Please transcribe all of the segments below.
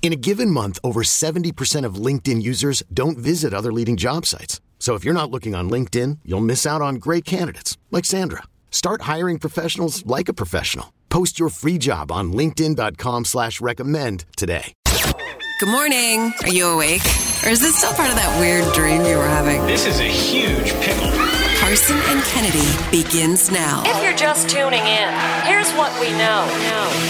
In a given month, over 70% of LinkedIn users don't visit other leading job sites. So if you're not looking on LinkedIn, you'll miss out on great candidates like Sandra. Start hiring professionals like a professional. Post your free job on linkedin.com slash recommend today. Good morning. Are you awake? Or is this still part of that weird dream you were having? This is a huge pickle. Carson and Kennedy begins now. If you're just tuning in, here's what we know.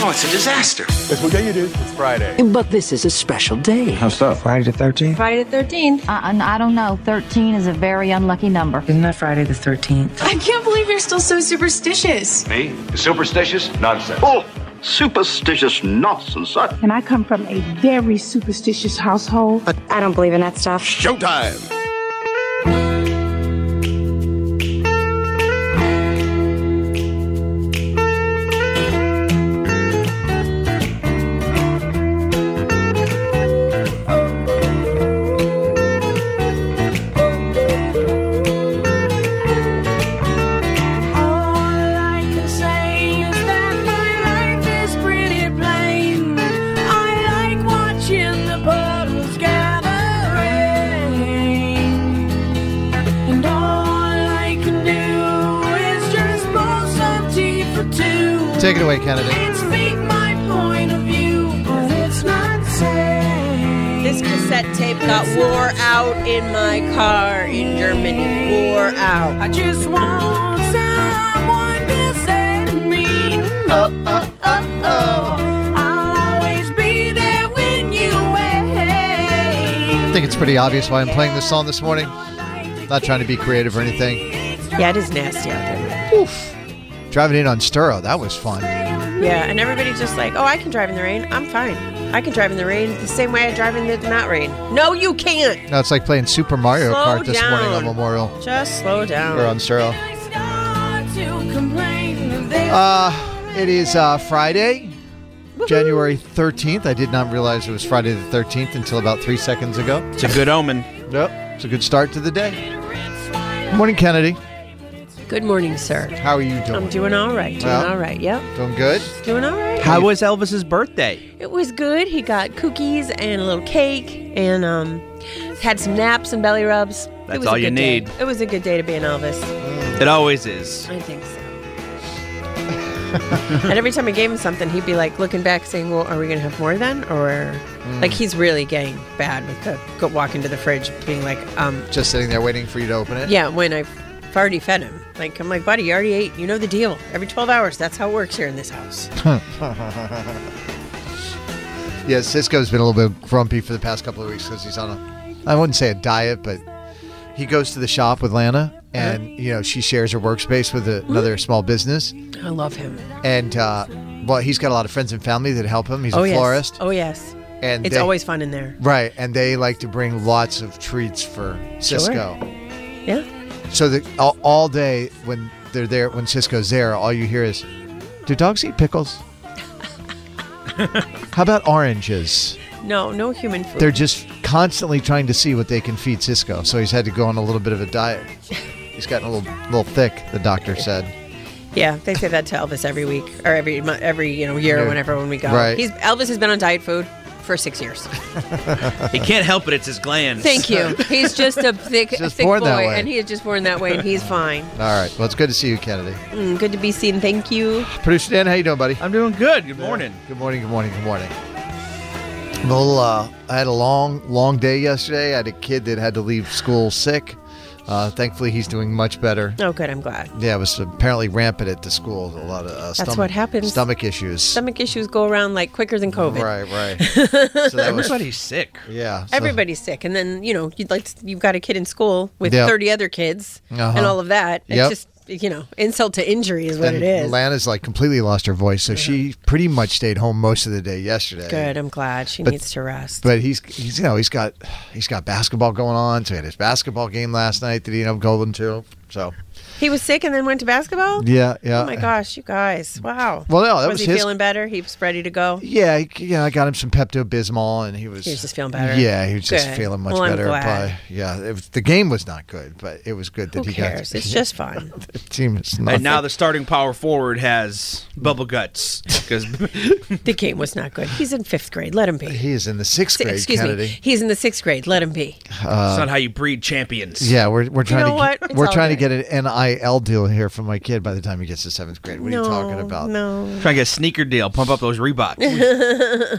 Oh, it's a disaster. That's what you do. It's Friday. But this is a special day. How's stuff? Friday the 13th? Friday the 13th. I, I don't know. 13 is a very unlucky number. Isn't that Friday the 13th? I can't believe you're still so superstitious. Me? Superstitious? Nonsense. Oh, superstitious nonsense. I- And I come from a very superstitious household. But I don't believe in that stuff. Showtime! Take it away, Kennedy. This cassette tape got wore out in my car in Germany. Wore out. I just want someone to send me. Oh, oh, oh, oh. I'll always be there when you I think it's pretty obvious why I'm playing this song this morning. Not trying to be creative or anything. Yeah, it is nasty out there. Oof. Driving in on Sturo, that was fun. Yeah, and everybody's just like, oh, I can drive in the rain. I'm fine. I can drive in the rain the same way I drive in the not rain. No, you can't. Now it's like playing Super Mario Slow Kart this morning on down. Memorial Just slow down. or on Sturo. Uh, it is uh, Friday, January 13th. I did not realize it was Friday the 13th until about three seconds ago. It's a good omen. Yep, it's a good start to the day. Morning, Kennedy. Good morning, sir. How are you doing? I'm doing all right. Doing Well. all right. Yep. Doing good. Doing all right. How was Elvis's birthday? It was good. He got cookies and a little cake and um, had some naps and belly rubs. That's it was all a you good day. need. Mm, It was a good day to be an Elvis. It always is. I think so. and every time I gave him something, he'd be like looking back, saying, "Well, are we gonna have more then?" Or Mm. like he's really getting bad with the go walking to the fridge, being like, um, Just sitting there waiting for you to open it. "Yeah, when I have already fed him." Like I'm like, "Buddy, you already ate. You know the deal. Every 12 hours. That's how it works here in this house." Yeah, Cisco's been a little bit grumpy for the past couple of weeks because he's on a, I wouldn't say a diet, but he goes to the shop with Lana, and you know she shares her workspace with a, another small business, I love him. and uh, well, he's got a lot of friends and family that help him. He's a florist, yes. Oh yes. and It's they- always fun in there. right, and they like to bring lots of treats for Cisco. Yeah. So the all, all day when they're there, when Cisco's there, all you hear is, "Do dogs eat pickles? How about oranges?" No, no human food. They're just constantly trying to see what they can feed Cisco. So he's had to go on a little bit of a diet. He's gotten a little little thick, the doctor said. Yeah, they say that to Elvis every week or every mo- every you know year Yeah. or whenever when we go. Right. He's Elvis has been on diet food for six years. He can't help it. It's his glands. Thank you. He's just a thick, Just thick born boy, that way. and he is just born that way, and he's fine. All right. Well, it's good to see you, Kennedy. Mm, good to be seen. Thank you. Producer Dan, how you doing, buddy? I'm doing good. Good morning. Good morning. Good morning. Good morning. I'm a little, uh, I had a long, long day yesterday. I had a kid that had to leave school sick. Uh, thankfully, he's doing much better. Oh, good. I'm glad. Yeah, it was apparently rampant at the school. A lot of uh, That's stomach, what happens. Stomach issues. Stomach issues go around like quicker than COVID. Right, right. So that was- Everybody's sick. Yeah. so- Everybody's sick, and then you know you'd like to, you've got a kid in school with Yep. thirty other kids Uh-huh. and all of that. It's Yep. just you know insult to injury is what and it is. Lana's like completely lost her voice, so she pretty much stayed home most of the day yesterday. Good. I'm glad she But- needs to rest. But he's he's you know he's got he's got basketball going on. So he had his basketball game last night that he ended up going to. So He was sick and then went to basketball. Yeah, yeah. Oh my gosh, you guys! Wow. Well, no, that was he his- feeling better? He was ready to go. yeah, he- yeah, I got him some Pepto Bismol, and he was He was just feeling better. Yeah, he was just Good. feeling much Well, I'm better. glad. but, yeah, it was, the game was not good, but it was good that Who he cares? got. It's just fine. the team is not. And now the starting power forward has bubble guts because Uh, The game was not good. He's in fifth grade. Let him be. he is in the sixth Si- grade, Excuse Kennedy. me. He's in the sixth grade. Let him be. it's Uh, not how you breed champions. yeah, we're, we're trying know to what? get, It's we're all trying to get an NIL deal here for my kid by the time he gets to seventh grade. What are you talking about? Oh, No. Trying to get a sneaker deal, pump up those Reeboks.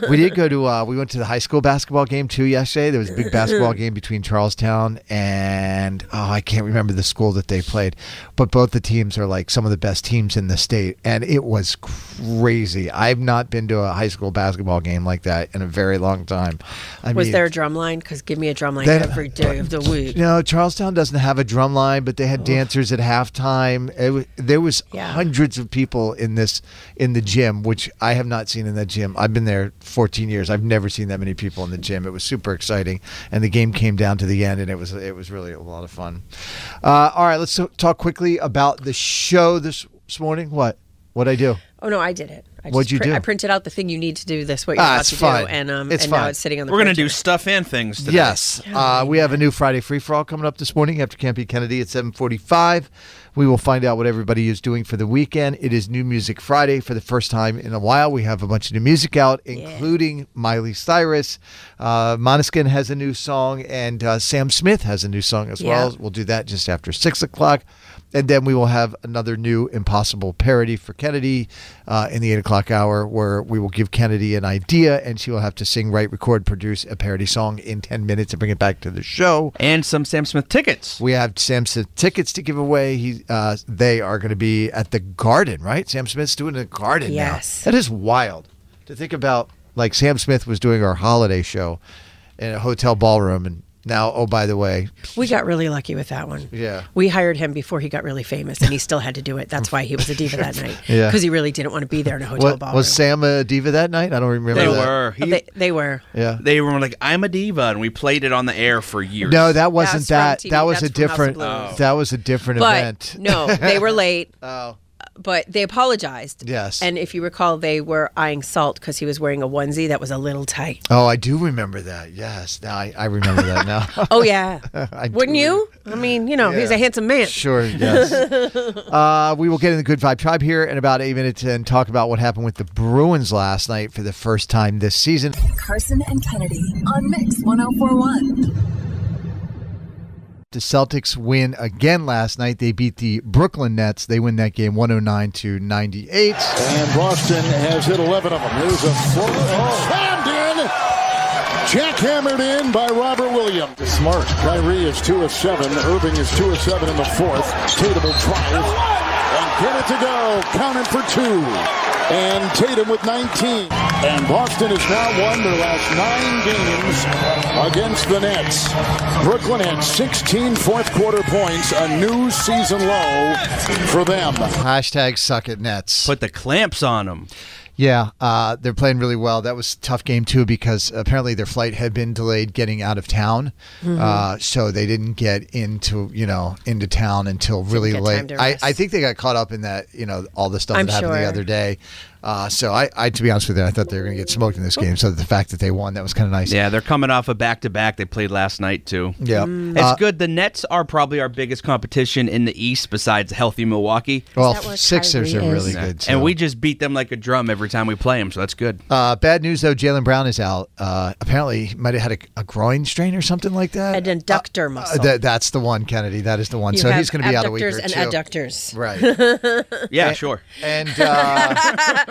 we did go to uh, we went to the high school basketball game too yesterday. There was a big basketball game between Charlestown and oh, I can't remember the school that they played, but both the teams are like some of the best teams in the state, and it was crazy. I've not been to a high school basketball game like that in a very long time. I was mean, there a drum line? Because give me a drum line They- every day of the week. No, Charlestown doesn't have a drum line, but they had dancers at halftime. It wa- there was Yeah. hundreds of people in this in the gym, which I have not seen in that gym. I've been there 14 years. I've never seen that many people in the gym. It was super exciting, and the game came down to the end, and it was it was really a lot of fun. Uh, all right, let's so- talk quickly about the show this this morning. What what I do? Oh no, I did it. I What'd just you do? I printed out the thing you need to do. This what you're Ah, about it's to fine. do, and um, It's and now fine. it's sitting on the. We're gonna printer. do stuff and things today. Yes, uh, we have a new Friday free for all coming up this morning after Campy Kennedy at seven forty-five. We will find out what everybody is doing for the weekend. It is New Music Friday for the first time in a while. We have a bunch of new music out, including Miley Cyrus. Uh, Moniskin has a new song, and uh, Sam Smith has a new song as well. Yeah. We'll do that just after six o'clock. And then we will have another new Impossible parody for Kennedy uh, in the eight o'clock hour, where we will give Kennedy an idea and she will have to sing, write, record, produce a parody song in 10 minutes and bring it back to the show. And some Sam Smith tickets. We have Sam Smith tickets to give away. He, uh, they are going to be at the garden, right? Sam Smith's doing the garden now. Yes. That is wild to think about. Like Sam Smith was doing our holiday show in a hotel ballroom, and now, oh, by the way, We got really lucky with that one. Yeah. We hired him before he got really famous, and he still had to do it. That's why he was a diva that night. Yeah. Because he really didn't want to be there in a hotel What, ballroom. was Sam a diva that night? I don't remember. They that. were. He- they, they were. Yeah. They were like, I'm a diva, and we played it on the air for years. No, that wasn't from that. TV. That was a That's from House of different. Oh. Blues. That was a different But event. no, they were late. Uh, Oh. But they apologized. Yes. And if you recall, they were eyeing Salt because he was wearing a onesie that was a little tight. Oh, I do remember that. Yes, now I, I remember that now. Oh, yeah. I do Wouldn't you? I mean, you know, he's a handsome man. Sure. Yes. uh, we will get in the Good Vibe Tribe here in about eight minutes and talk about what happened with the Bruins last night for the first time this season. Carson and Kennedy on Mix 1041. The Celtics win again last night. They beat the Brooklyn Nets. They win that game 109 to 98. And Boston has hit 11 of them. Here's a floater and slammed in. Jackhammered in by Robert Williams. Smart. Kyrie is 2 of 7. Irving is 2 of 7 in the fourth. Tatum will drive. And get it to go. Counted for two. And Tatum with 19. And Boston has now won their last nine games against the Nets. Brooklyn had 16 fourth quarter points, a new season low for them. Hashtag suck at Nets. Put the clamps on them. Yeah, uh, they're playing really well. That was a tough game too because apparently their flight had been delayed getting out of town, Mm-hmm. uh, so they didn't get into you know into town until really get time late. to I, rest. I think they got caught up in that you know all the stuff I'm that happened the sure. other day. Uh, so I, I, to be honest with you, I thought they were going to get smoked in this game. So the fact that they won that was kind of nice. Yeah, they're coming off a back to back they played last night too. Yeah. Mm. It's Uh, good. The Nets are probably our biggest competition in the East besides healthy Milwaukee. Well, Sixers are Oh, really good. too. And we just beat them like a drum every time we play them, so that's good. Uh, bad news though, Jalen Brown is out. Uh, apparently, he might have had a, a groin strain or something like that. An adductor Uh, muscle. that, that's the one, Kennedy. That is the one. You so have he's going to be out a week or abductors and two. adductors. Right. uh, Yeah, sure. And uh,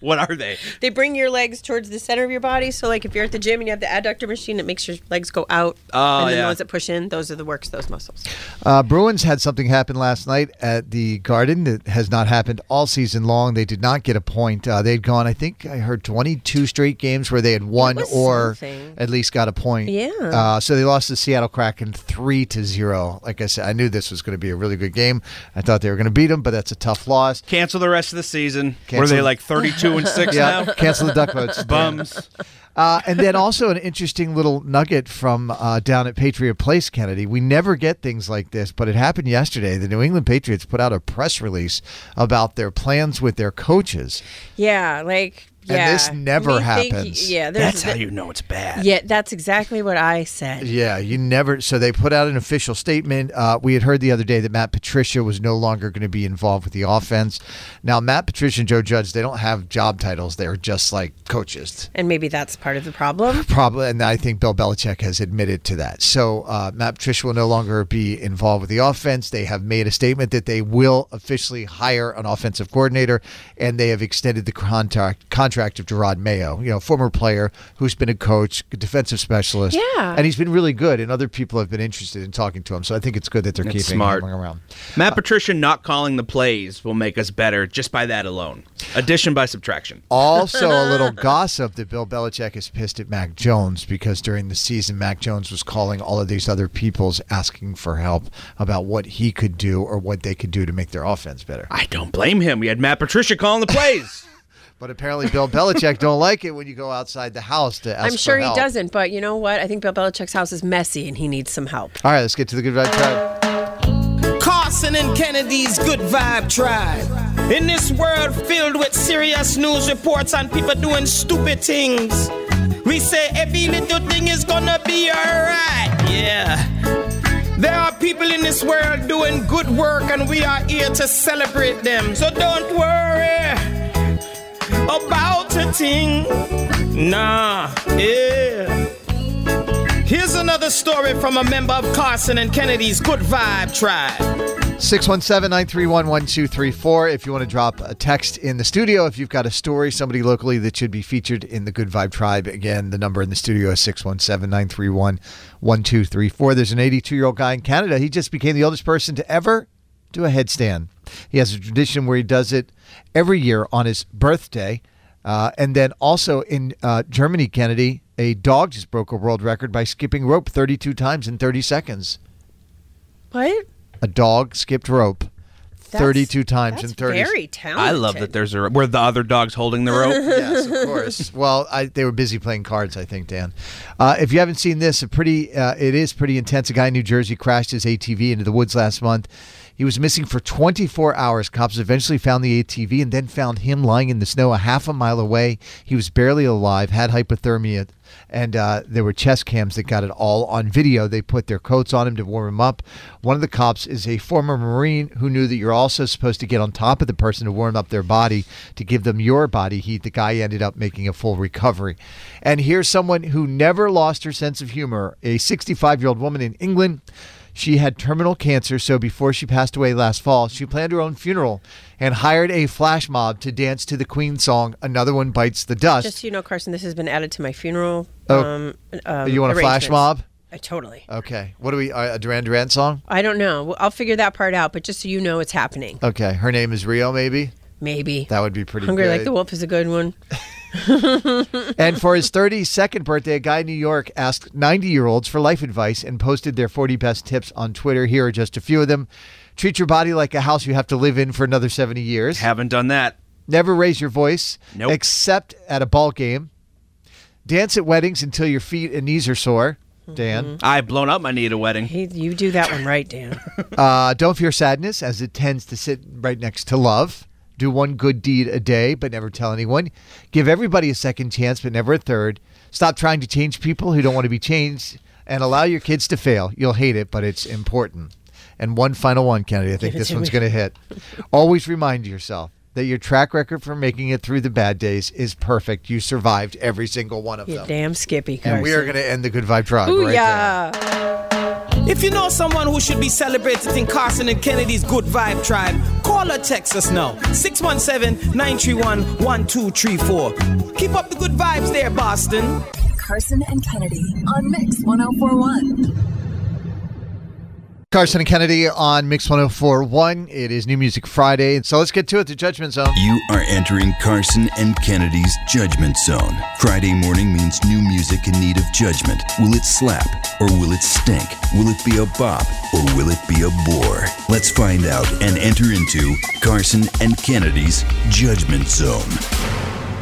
what are they? They bring your legs towards the center of your body. So, like, if you're at the gym and you have the adductor machine, it makes your legs go out. Oh, and then yeah. the ones that push in, those are the works, those muscles. Uh, Bruins had something happen last night at the Garden that has not happened all season long. They did not get a point. Uh, they'd gone, I think I heard 22 straight games where they had won was or something. at least got a point. Yeah. Uh, so they lost to Seattle Kraken 3 to 0. Like I said, I knew this was going to be a really good game. I thought they were going to beat them, but that's a tough loss. Cancel the rest of the season. Were Cancel- they like 32 and 6 Yeah, now? cancel the duck votes. Bums. Uh, and then also an interesting little nugget from uh, down at Patriot Place, Kennedy. We never get things like this, but it happened yesterday. The New England Patriots put out a press release about their plans with their coaches. Yeah, like, And yeah. this never Me think- happens. yeah, there's- That's how you know it's bad. Yeah, that's exactly what I said. Yeah, you never. So they put out an official statement. Uh, we had heard the other day that Matt Patricia was no longer going to be involved with the offense. Now, Matt Patricia and Joe Judge, they don't have job titles. They're just like coaches. And maybe that's part of the problem. Probably, and I think Bill Belichick has admitted to that. So uh, Matt Patricia will no longer be involved with the offense. They have made a statement that they will officially hire an offensive coordinator, and they have extended the contract contract of Gerard Mayo, you know, former player who's been a coach, defensive specialist, Yeah. and he's been really good. And other people have been interested in talking to him, so I think it's good that they're That's keeping smart. him around. Matt Patricia not calling the plays will make us better just by that alone. Addition by subtraction. Also, a little gossip that Bill Belichick is pissed at Mac Jones because during the season, Mac Jones was calling all of these other people's asking for help about what he could do or what they could do to make their offense better. I don't blame him. We had Matt Patricia calling the plays. But apparently, Bill Belichick don't like it when you go outside the house to ask. I'm sure for he help. doesn't, but you know what? I think Bill Belichick's house is messy and he needs some help. All right, let's get to the good vibe tribe. Carson and Kennedy's Good Vibe Tribe. In this world filled with serious news reports and people doing stupid things, we say every little thing is gonna be alright. Yeah. There are people in this world doing good work and we are here to celebrate them. So don't worry about a thing. Nah, yeah. Here's another story from a member of Carson and Kennedy's Good Vibe Tribe. 617 931 1234. If you want to drop a text in the studio, if you've got a story, somebody locally that should be featured in the Good Vibe Tribe, again, the number in the studio is 617 931 1234. There's an 82 year old guy in Canada. He just became the oldest person to ever do a headstand. He has a tradition where he does it every year on his birthday. Uh, and then also in uh, Germany, Kennedy, a dog just broke a world record by skipping rope 32 times in 30 seconds What? a dog skipped rope That's- 32 times that's in 30 very I love that there's a where the other dog's holding the rope. yes of course well I, they were busy playing cards i think dan uh, if you haven't seen this a pretty uh, it is pretty intense a guy in new jersey crashed his atv into the woods last month he was missing for 24 hours cops eventually found the atv and then found him lying in the snow a half a mile away he was barely alive had hypothermia and uh, there were chest cams that got it all on video. They put their coats on him to warm him up. One of the cops is a former Marine who knew that you're also supposed to get on top of the person to warm up their body to give them your body heat. The guy ended up making a full recovery. And here's someone who never lost her sense of humor a 65 year old woman in England. She had terminal cancer, so before she passed away last fall, she planned her own funeral and hired a flash mob to dance to the Queen song, Another One Bites the Dust. Just so you know, Carson, this has been added to my funeral. Oh. um, um, You want a flash arrangements. mob? Uh, totally. Okay. What do we? Uh, a Duran Duran song? I don't know. Well, I'll figure that part out, but just so you know, it's happening. Okay. Her name is Rio, maybe? Maybe. That would be pretty Hungry good. Like the Wolf is a good one. and for his 32nd birthday, a guy in New York asked 90 year olds for life advice and posted their 40 best tips on Twitter. Here are just a few of them treat your body like a house you have to live in for another 70 years, Haven't done that. never raise your voice, Nope. except at a ball game, dance at weddings until your feet and knees are sore. Dan. I've blown up my knee at a wedding. Hey, you do that one right, Dan. Uh, don't fear sadness, as it tends to sit right next to love. Do one good deed a day, but never tell anyone. Give everybody a second chance, but never a third. Stop trying to change people who don't want to be changed, and allow your kids to fail. You'll hate it, but it's important. And one final one, Kennedy. I think Give it this to one's me. going to hit. Always remind yourself that your track record for making it through the bad days is perfect. You survived every single one of You them. damn Skippy. Carson. And we are going to end the good vibe drive right there. Booyah. If you know someone who should be celebrated in Carson and Kennedy's Good Vibe Tribe, call or text us now 617 931 1234. Keep up the good vibes there, Boston. Carson and Kennedy on Mix 1041. Carson and Kennedy on Mix 1041. It is New Music Friday. So let's get to it, the Judgment Zone. You are entering Carson and Kennedy's Judgment Zone. Friday morning means new music in need of judgment. Will it slap or will it stink? Will it be a bop or will it be a bore? Let's find out and enter into Carson and Kennedy's Judgment Zone.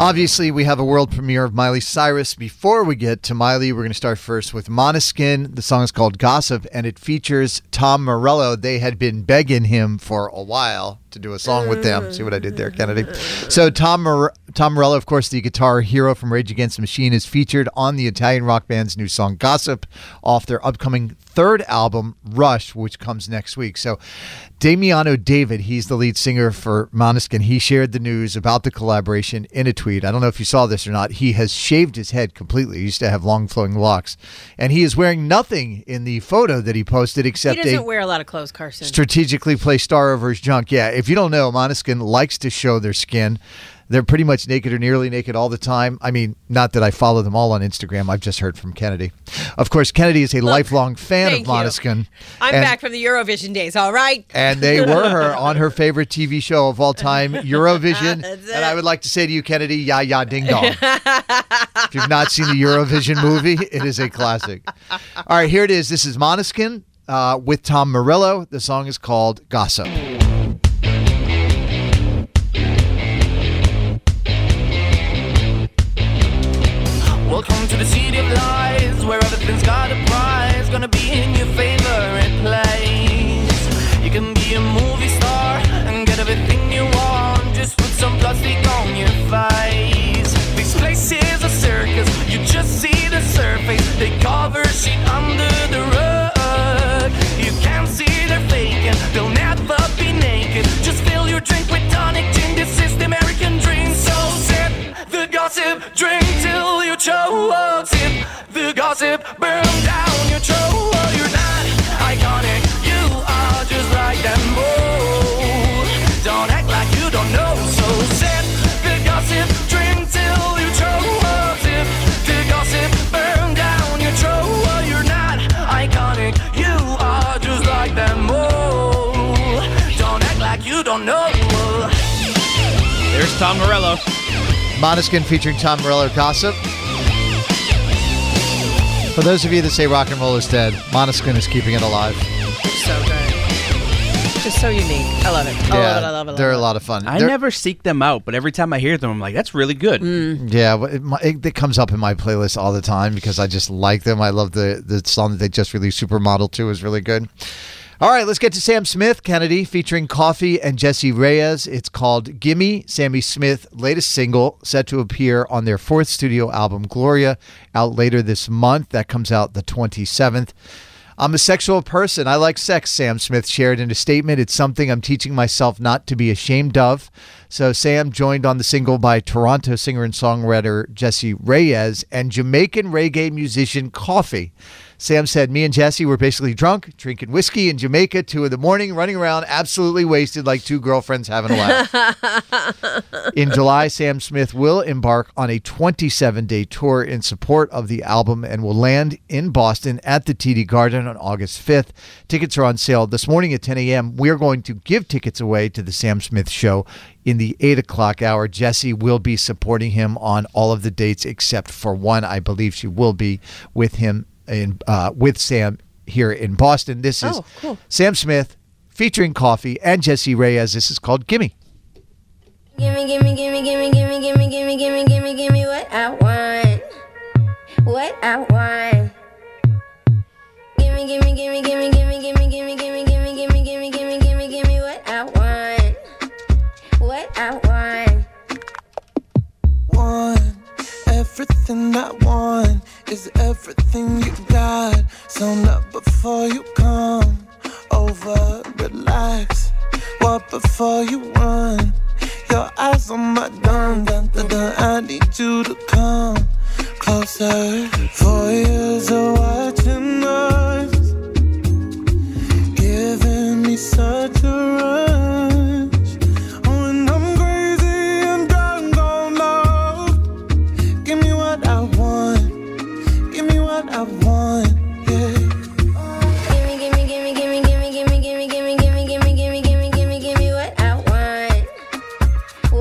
Obviously, we have a world premiere of Miley Cyrus. Before we get to Miley, we're going to start first with Monoskin. The song is called Gossip, and it features Tom Morello. They had been begging him for a while to do a song with them. See what I did there, Kennedy? So, Tom, Mor- Tom Morello, of course, the guitar hero from Rage Against the Machine, is featured on the Italian rock band's new song Gossip off their upcoming third album, Rush, which comes next week. So, Damiano David, he's the lead singer for Monoskin. He shared the news about the collaboration in a tweet. I don't know if you saw this or not. He has shaved his head completely. He used to have long flowing locks, and he is wearing nothing in the photo that he posted He except doesn't a wear a lot of clothes, Carson. strategically placed star over his junk. Yeah, if you don't know, Monoskin likes to show their skin. They're pretty much naked or nearly naked all the time. I mean, not that I follow them all on Instagram. I've just heard from Kennedy. Of course, Kennedy is a lifelong fan of thank you. Monoskin. I'm and- back from the Eurovision days, all right? and they were her on her favorite TV show of all time, Eurovision. That's and I would like to say to you, Kennedy, ya ya ding dong. if you've not seen the Eurovision movie, it is a classic. All right, here it is. This is Monoskin uh, with Tom Morello. The song is called Gossip. Welcome to the city of lies, where everything's got a prize. Gonna be in your favorite place. You can be a movie star and get everything you want, just with some plastic on your face. This place is a circus, you just see the surface. They cover shit under the rug. You can't see they're faking, they'll never be naked. Just fill your drink with tonic gin, this is the American dream. So sip the gossip, drink till you choke. Sip the gossip, burn down your throat. You're not iconic, you are just like them all. Don't act like you don't know, so sip the gossip, drink till you choke. Sip the gossip, burn down your throat. You're not iconic, you are just like them all. Don't act like you don't know. There's Tom Morello. Monoskin featuring Tom Morello, Gossip. For those of you that say rock and roll is dead, Monoskin is keeping it alive. So good. Just so unique. I love it. Oh, I love it. I love it. I love they're it. a lot of fun. I They're- never seek them out, but every time I hear them, I'm like, that's really good. Mm. Yeah, wh- it, my- it, it comes up in my playlist all the time because I just like them. I love the the song that they just released, Supermodel 2 is really good. All right, let's get to Sam Smith Kennedy featuring Coffee and Jesse Reyes. It's called Gimme, Sammy Smith latest single set to appear on their fourth studio album Gloria out later this month. That comes out the 27th. I'm a sexual person. I like sex, Sam Smith shared in a statement. It's something I'm teaching myself not to be ashamed of. So, Sam joined on the single by Toronto singer and songwriter Jesse Reyes and Jamaican reggae musician Coffee. Sam said, Me and Jesse were basically drunk, drinking whiskey in Jamaica, two in the morning, running around absolutely wasted like two girlfriends having a laugh. In July, Sam Smith will embark on a 27 day tour in support of the album and will land in Boston at the TD Garden on August 5th. Tickets are on sale this morning at 10 a.m. We're going to give tickets away to the Sam Smith show in the 8 o'clock hour. Jesse will be supporting him on all of the dates except for one. I believe she will be with him in, uh, with Sam here in Boston. This is Oh, cool. Sam Smith featuring Coffee and Jesse Reyes. This is called Gimme. Gimme, gimme, gimme, gimme, gimme, gimme, gimme, gimme, gimme, gimme what I want. What I want. Gimme, gimme, gimme, gimme, gimme, gimme, gimme, gimme, gimme, gimme, gimme, gimme, gimme, gimme what I want. What I want. want. Everything I want is everything you got. Zone up before you come over, relax. Walk before you run. Your eyes on my gun, dun, dun, dun. I need you to come closer. Four years of watching us.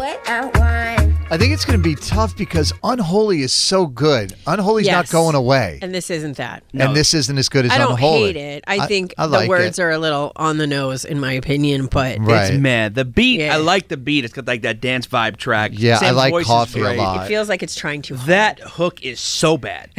I think it's going to be tough because Unholy is so good. Unholy's not Yes. going away. And this isn't that. And this isn't as good as I don't Unholy. hate it. I think I like the words are a little on the nose, in my opinion, but Right. It's mad. The beat, I like the beat. It's got like that dance vibe track. Yeah, I Sam's like voice is Coffee a great. lot. it feels like it's trying too hard. That hook is so bad.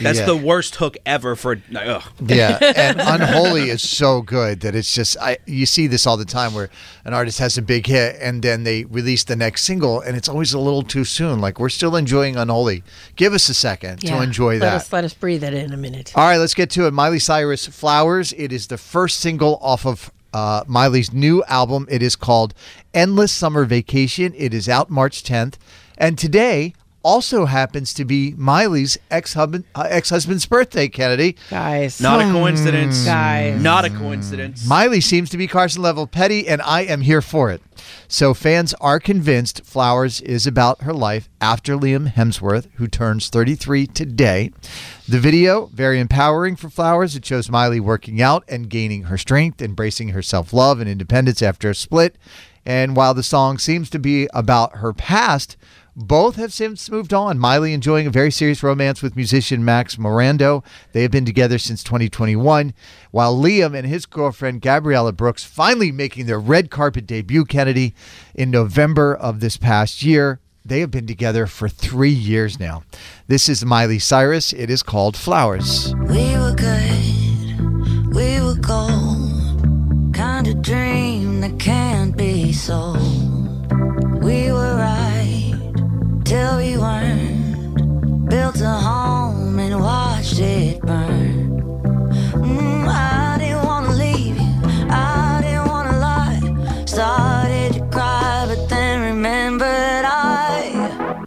That's Yeah. the worst hook ever for. Ugh. yeah, and Unholy is so good that it's just I you see this all the time where an artist has a big hit and then they release the next single and it's always a little too soon. Like we're still enjoying Unholy. Give us a second Yeah. to enjoy let that. Us, let us breathe it in a minute. All right, let's get to it. Miley Cyrus Flowers. It is the first single off of uh, Miley's new album. It is called Endless Summer Vacation. It is out March 10th. And today also happens to be Miley's ex husband uh, ex-husband's birthday, Kennedy. Guys. Not a coincidence. Guys. Not a coincidence. Miley seems to be Carson level petty, and I am here for it. So fans are convinced Flowers is about her life after Liam Hemsworth, who turns 33 today. The video, very empowering for Flowers. It shows Miley working out and gaining her strength, embracing her self love and independence after a split. And while the song seems to be about her past, both have since moved on. Miley enjoying a very serious romance with musician Max Morando. They have been together since 2021, while Liam and his girlfriend Gabriella Brooks finally making their red carpet debut, Kennedy, in November of this past year. They have been together for three years now. This is Miley Cyrus. It is called Flowers. We were good, we were gold. Kind of dream that can't be sold. We were right till we weren't. Built a home and watched it burn. Mm, I didn't wanna leave you, I didn't wanna lie. Started to cry, but then remembered I.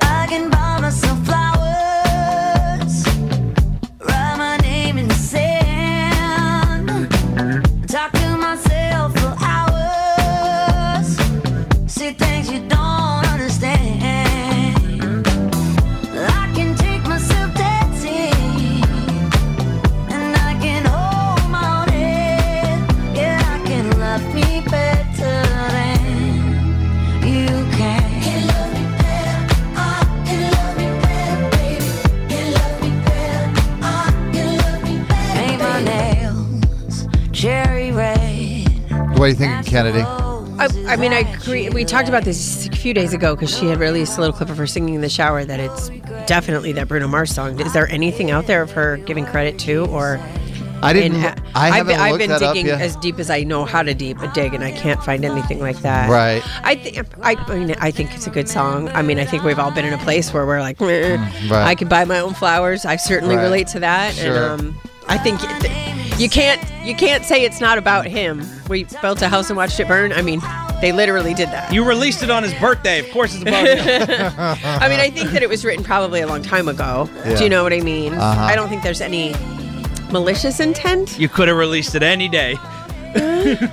I can buy myself flowers. Write my name in the sand. Talk to myself for hours. See things you don't understand. I can take myself dancing. And I can hold my own head. Yeah, I can love me better than you can. Can love me better. I can love me better, baby. Can love me better. I can love me better. Paint my nails cherry red. What do you think, Kennedy? I, I mean, I agree. We talked about this a few days ago because she had released a little clip of her singing in the shower that it's definitely that Bruno Mars song. Is there anything out there of her giving credit to or? I didn't- in- I I've been, haven't I've looked been that up digging yet. as deep as I know how to deep a dig, and I can't find anything like that. Right. I think I I mean I think it's a good song. I mean I think we've all been in a place where we're like, "Meh, Mm, right. I could buy my own flowers. I certainly Right. relate to that, Sure. and um, I think it, you can't you can't say it's not about him. We built a house and watched it burn. I mean, they literally did that. You released it on his birthday. Of course, it's about him. I mean, I think that it was written probably a long time ago. Yeah. Do you know what I mean? Uh-huh. I don't think there's any malicious intent. you could have released it any day.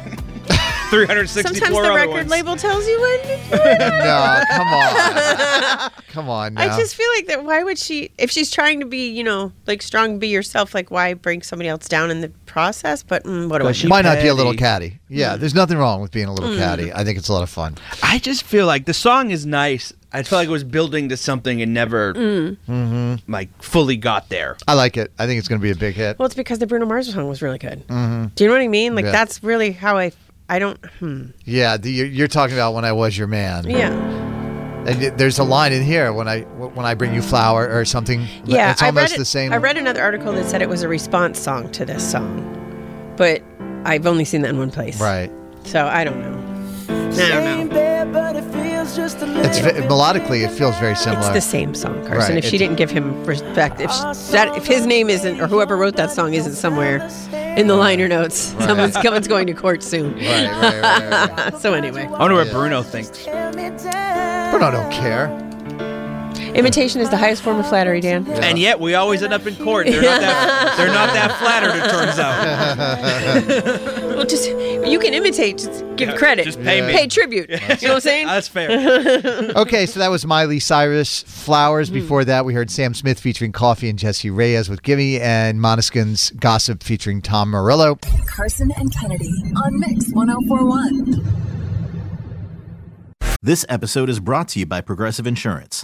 364 Sometimes the other record ones. label tells you when. no, come on. Come on now. I just feel like that. Why would she? If she's trying to be, you know, like strong, be yourself. Like, why bring somebody else down in the process? But mm, what do I? Why not be a do? little catty? Yeah, there's nothing wrong with being a little Mm. catty. I think it's a lot of fun. I just feel like the song is nice. I feel like it was building to something and never Mm. Mm-hmm. like fully got there. I like it. I think it's going to be a big hit. Well, it's because the Bruno Mars song was really good. Mm-hmm. Do you know what I mean? Like, Yeah. that's really how I. I don't. Hmm. Yeah, the, you're, you're talking about when I was your man. Yeah. And y- there's a line in here when I when I bring you flower or something. Yeah. it's almost I read it- the same. I read another article that said it was a response song to this song, but I've only seen that in one place. Right. So I don't know. I don't know. It's ve- melodically, it feels very similar. It's the same song, Carson. Right, If she it's- didn't give him respect, if sh- that, if his name isn't, or whoever wrote that song isn't somewhere in the liner notes, Right. someone's, someone's going to court soon. Right, right, right, so anyway, I wonder what Bruno thinks. Bruno don't care. imitation is the highest form of flattery, Dan. And yet we always end up in court. They're not that, they're not that flattered, it turns out. well, just you can imitate, just give credit, just pay me. pay tribute. You know what I'm saying? That's fair. okay, so that was Miley Cyrus, Flowers. Mm-hmm. Before that, we heard Sam Smith featuring Coffee and Jesse Reyes with Gimme, and Moniskin's Gossip featuring Tom Morello. Carson and Kennedy on Mix 1041. This episode is brought to you by Progressive Insurance.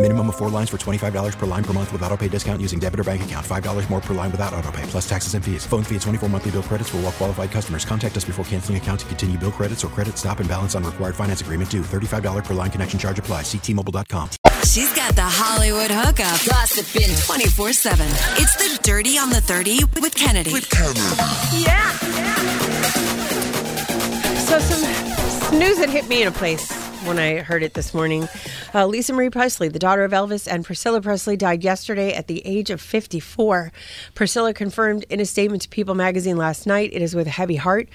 Minimum of four lines for $25 per line per month with auto pay discount using debit or bank account. $5 more per line without auto pay, plus taxes and fees. Phone fee at 24 monthly bill credits for all well qualified customers. Contact us before canceling account to continue bill credits or credit stop and balance on required finance agreement due. $35 per line connection charge applies. Ctmobile.com. She's got the Hollywood hookup. Gossiping 24 7. It's the Dirty on the 30 with Kennedy. With Kennedy. Yeah. So, some news that hit me in a place when I heard it this morning. Uh, Lisa Marie Presley, the daughter of Elvis and Priscilla Presley, died yesterday at the age of 54. Priscilla confirmed in a statement to People magazine last night it is with a heavy heart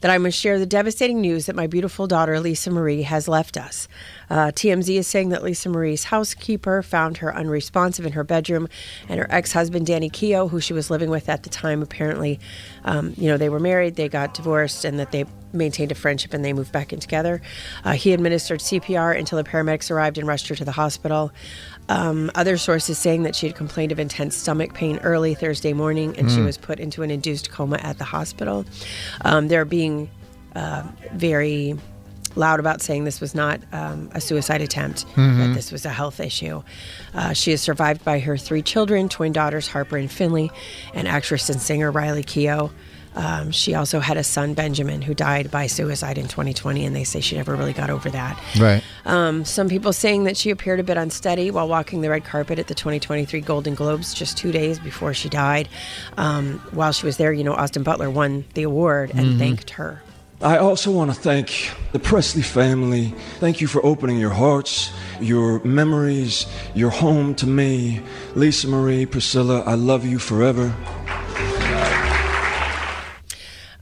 that I must share the devastating news that my beautiful daughter, Lisa Marie, has left us. Uh, TMZ is saying that Lisa Marie's housekeeper found her unresponsive in her bedroom, and her ex husband, Danny Keough, who she was living with at the time, apparently, um, you know, they were married, they got divorced, and that they maintained a friendship and they moved back in together. Uh, he administered CPR until the paramedics arrived and rushed her to the hospital. Um, other sources saying that she had complained of intense stomach pain early Thursday morning and mm. she was put into an induced coma at the hospital. Um, they're being uh, very loud about saying this was not um, a suicide attempt, mm-hmm. that this was a health issue. Uh, she is survived by her three children twin daughters, Harper and Finley, and actress and singer Riley Keough. Um, she also had a son, Benjamin, who died by suicide in 2020, and they say she never really got over that. Right. Um, some people saying that she appeared a bit unsteady while walking the red carpet at the 2023 Golden Globes just two days before she died. Um, while she was there, you know, Austin Butler won the award and mm-hmm. thanked her. I also want to thank the Presley family. Thank you for opening your hearts, your memories, your home to me. Lisa Marie, Priscilla, I love you forever.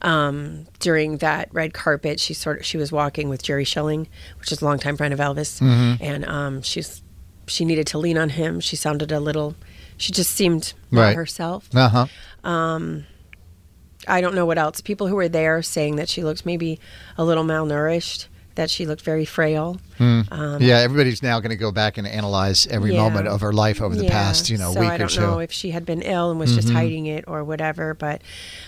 Um, during that red carpet, she sort of she was walking with Jerry Schilling, which is a longtime friend of Elvis, mm-hmm. and um, she's she needed to lean on him. She sounded a little, she just seemed right. herself. Uh huh. Um, I don't know what else. People who were there saying that she looked maybe a little malnourished. That she looked very frail. Um, Mm. yeah, everybody's now going to go back and analyze every yeah. moment of her life over the yeah. past, you know, so week I or so. I don't know if she had been ill and was mm-hmm. just hiding it or whatever, but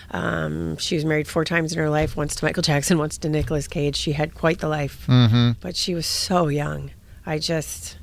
um, she was married four times in her life once to Michael Jackson, once to Nicolas Cage. She had quite the life, mm-hmm. but she was so young. I just,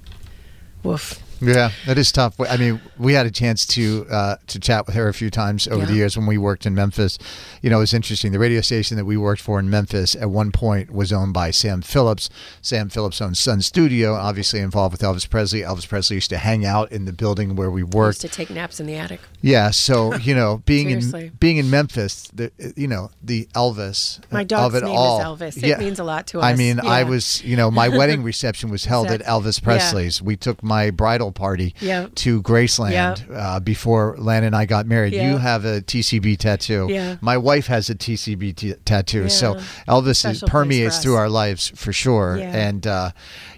woof. Yeah, that is tough. I mean, we had a chance to uh, to chat with her a few times over yeah. the years when we worked in Memphis. You know, it was interesting. The radio station that we worked for in Memphis at one point was owned by Sam Phillips. Sam Phillips owned Sun Studio, obviously involved with Elvis Presley. Elvis Presley used to hang out in the building where we worked. to take naps in the attic. Yeah, so you know, being in being in Memphis, the, you know, the Elvis. uh, My dog's name all. is Elvis. It yeah. means a lot to us. I mean, yeah. I was, you know, my wedding reception was held exactly. at Elvis Presley's. We took my bridal party yep. to Graceland yep. uh, before Lan and I got married. Yep. You have a TCB tattoo. Yeah. My wife has a TCB t- tattoo. Yeah. So Elvis is, permeates through our lives for sure. Yeah. And uh,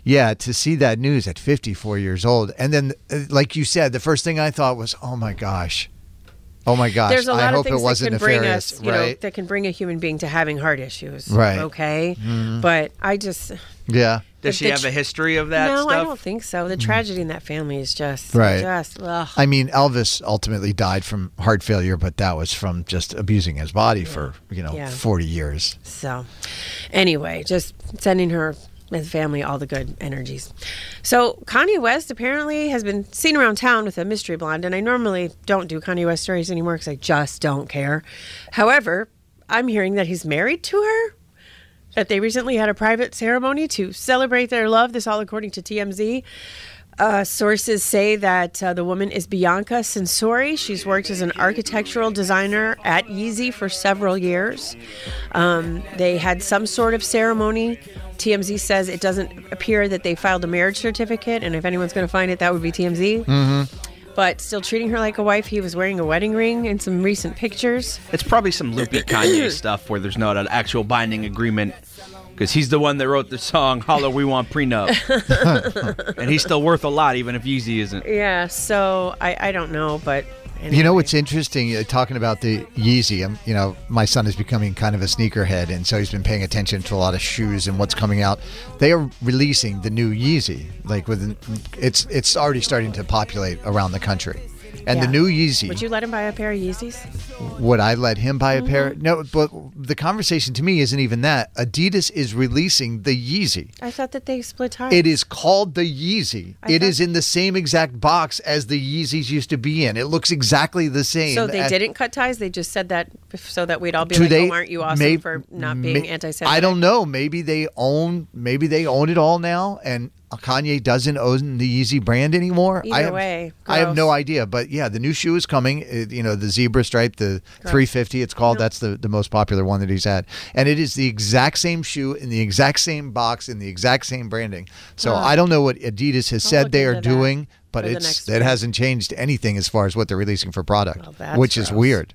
yeah, to see that news at 54 years old. And then, uh, like you said, the first thing I thought was, oh my gosh. Oh my gosh! There's a lot I of hope it wasn't that can bring us, you right? know, that can bring a human being to having heart issues. Right. Okay. Mm-hmm. But I just. Yeah. Does The- she the have tr- a history of that no, stuff? I don't think so. The tragedy in that family is just Mm-hmm. Right. Just ugh. I mean, Elvis ultimately died from heart failure, but that was from just abusing his body for, you know, Yeah. 40 years. So, anyway, just sending her and family all the good energies. So, Kanye West apparently has been seen around town with a mystery blonde, and I normally don't do Kanye West stories anymore because I just don't care. However, I'm hearing that he's married to her. That they recently had a private ceremony to celebrate their love. This all according to TMZ. Uh, sources say that uh, the woman is Bianca Sensori. She's worked as an architectural designer at Yeezy for several years. Um, they had some sort of ceremony. TMZ says it doesn't appear that they filed a marriage certificate, and if anyone's going to find it, that would be TMZ. Mm-hmm. But still treating her like a wife, he was wearing a wedding ring in some recent pictures. It's probably some loopy Kanye stuff where there's not an actual binding agreement because he's the one that wrote the song "Holler We Want Prenup," and he's still worth a lot even if Yeezy isn't. Yeah, so I, I don't know, but You know what's interesting? Uh, talking about the Yeezy, um, you know, my son is becoming kind of a sneakerhead, and so he's been paying attention to a lot of shoes and what's coming out. They are releasing the new Yeezy, like within it's it's already starting to populate around the country, and the Yeah. new Yeezy. Would you Mm-hmm. let him buy a pair of Yeezys? Would I let him buy a pair? No, but the conversation to me isn't even that. Adidas is releasing the Yeezy. I thought that they split ties. It is called the Yeezy. I It thought- is in the same exact box as the Yeezys used to be in. It looks exactly the same. So they as- didn't cut ties. They just said that so that we'd all be Do like, they- "Oh, aren't you awesome may- for not may- being anti-Semitic?" I don't know. Maybe they own. Maybe they own it all now, and Kanye doesn't own the Yeezy brand anymore. I Either have, way, I have no gross. idea. But yeah, the new shoe is coming. It- you know, the zebra stripe, the Gross. 350. It's called. That's the the most popular one that he's had, and it is the exact same shoe in the exact same box in the exact same branding. So Huh. I don't know what Adidas has said they are into that doing, but for the it's next it one. hasn't changed anything as far as what they're releasing for product, that's which is weird.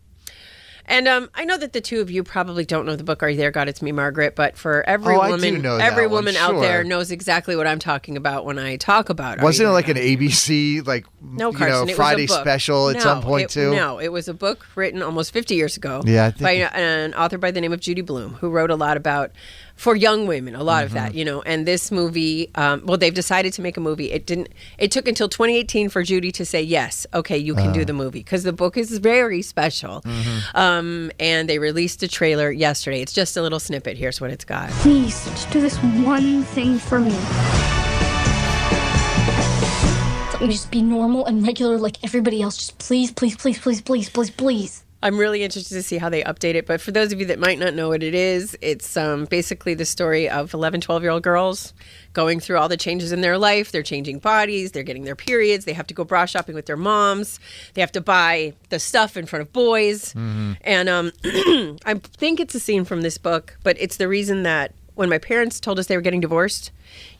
And um, I know that the two of you probably don't know the book "Are You There, God?" It's Me, Margaret. But for every Oh, I do woman, know that every one, woman out there sure. knows exactly what I'm talking about when I talk about. Are You Wasn't it There, like an ABC like No, you Carson. know it Friday was a book. special at No, some point it- too? No, it was a book written almost 50 years ago. Yeah, I think by it- an author by the name of Judy Bloom, who wrote a lot about for young women, a lot of that, Mm-hmm. you know. And this movie, um, well, they've decided to make a movie. It didn't. It took until 2018 for Judy to say yes, okay, you can Ah. Uh. do the movie because the book is very special. Mm-hmm. Um, and they released a trailer yesterday. It's just a little snippet. Here's what it's got. Please, just do this one thing for me. Let me just be normal and regular like everybody else. Just please, please, please, please, please, please, please. I'm really interested to see how they update it. But for those of you that might not know what it is, it's um, basically the story of 11, 12 year old girls going through all the changes in their life. They're changing bodies, they're getting their periods, they have to go bra shopping with their moms, they have to buy the stuff in front of boys. And um, I think it's a scene from this book, but it's the reason that when my parents told us they were getting divorced,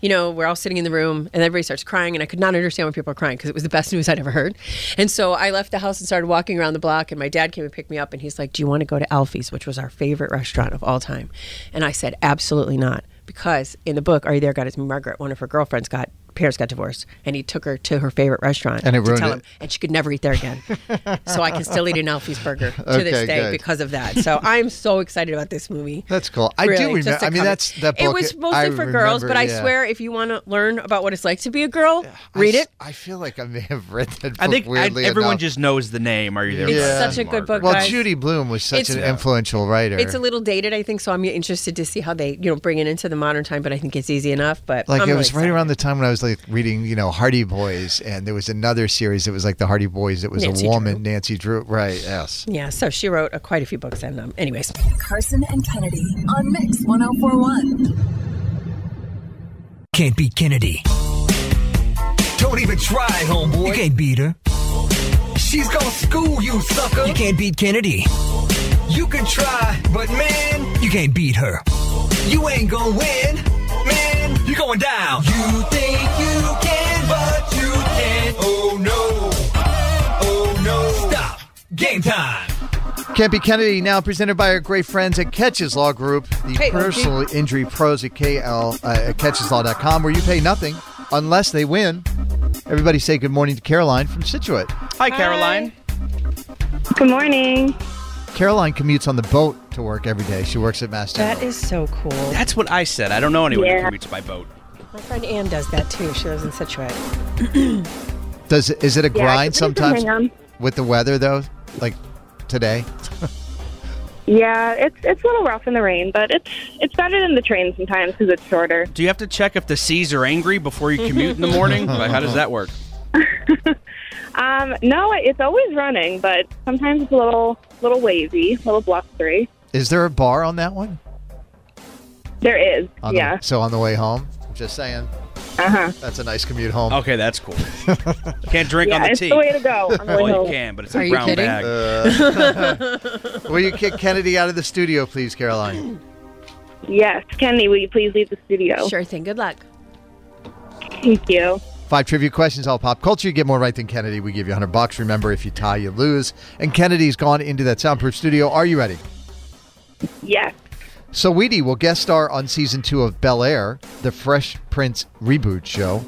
you know, we're all sitting in the room and everybody starts crying, and I could not understand why people are crying because it was the best news I'd ever heard. And so I left the house and started walking around the block, and my dad came and picked me up, and he's like, "Do you want to go to Alfie's, which was our favorite restaurant of all time?" And I said, "Absolutely not." Because in the book, Are You There, God? It's Me, Margaret. One of her girlfriends got parents got divorced, and he took her to her favorite restaurant And it to ruined tell it. him, and she could never eat there again. so I can still eat an Alfie's burger to Okay, this day good. because of that. So I'm so excited about this movie. That's cool. I do Really, remember. just to I mean, cover- that's that book. It was mostly I for girls, remember, but I yeah. swear, if you want to learn about what it's like to be a girl, read I s- it. I feel like I may have read that book. I think I- weirdly everyone enough. just knows the name. Are you there? It's God? such a good book, Well, guys. Judy Bloom was such It's- an Yeah. influential writer. It's a little dated, I think, so I'm interested to see how they, you know, bring it into the modern time. But I think it's easy enough. But like I'm it was really right around the time when I was like reading, you know, Hardy Boys, and there was another series that was like the Hardy Boys. It was Nancy a Drew. woman, Nancy Drew. Right? Yes. excited. yeah. So she wrote uh, quite a few books, and um, anyways, Carson and Kennedy on Mix 1041. Can't beat Kennedy. Don't even try, homeboy. You can't beat her. She's gonna school you, sucker. You can't beat Kennedy. You can try, but man, you can't beat her. You ain't gonna win, man. You're going down. You think you can, but you can't. Oh no. Oh no. Stop. Game time. Campy Kennedy, now presented by our great friends at Catches Law Group, the Hey, Oki. personal injury pros at KL uh, at catcheslaw.com, where you pay nothing unless they win. Everybody say good morning to Caroline from Situate. Hi, Caroline. Good morning. Caroline commutes on the boat to work every day. She works at Mass General. that is so cool. That's what I said. I don't know anyone who Yeah. commutes by boat. My friend Ann does that too. She lives in Situate. Does it- is it a Yeah, I grind could put it sometimes something on. with the weather though? Like today? Yeah, it's it's a little rough in the rain, but it's it's better than the train sometimes because it's shorter. Do you have to check if the seas are angry before you commute in the morning? Like, how does that work? Um, no, it's always running, but sometimes it's a little little wavy, a little blustery. Is there a bar on that one? There is, On the- yeah. so on the way home? Just saying. Uh-huh. That's a nice commute home. Okay, that's cool. Can't drink Yeah, on the it's tea. the way to go. on the way well, home. you can, but it's a brown bag. Uh, will you kick Kennedy out of the studio, please, Caroline? Yes, Kenny, will you please leave the studio? Sure thing. Good luck. Thank you. Five trivia questions, all pop culture. You get more right than Kennedy. We give you 100 bucks. Remember, if you tie, you lose. And Kennedy's gone into that soundproof studio. Are you ready? Yes. So Weedy will guest star on season two of Bel Air, the Fresh Prince reboot show.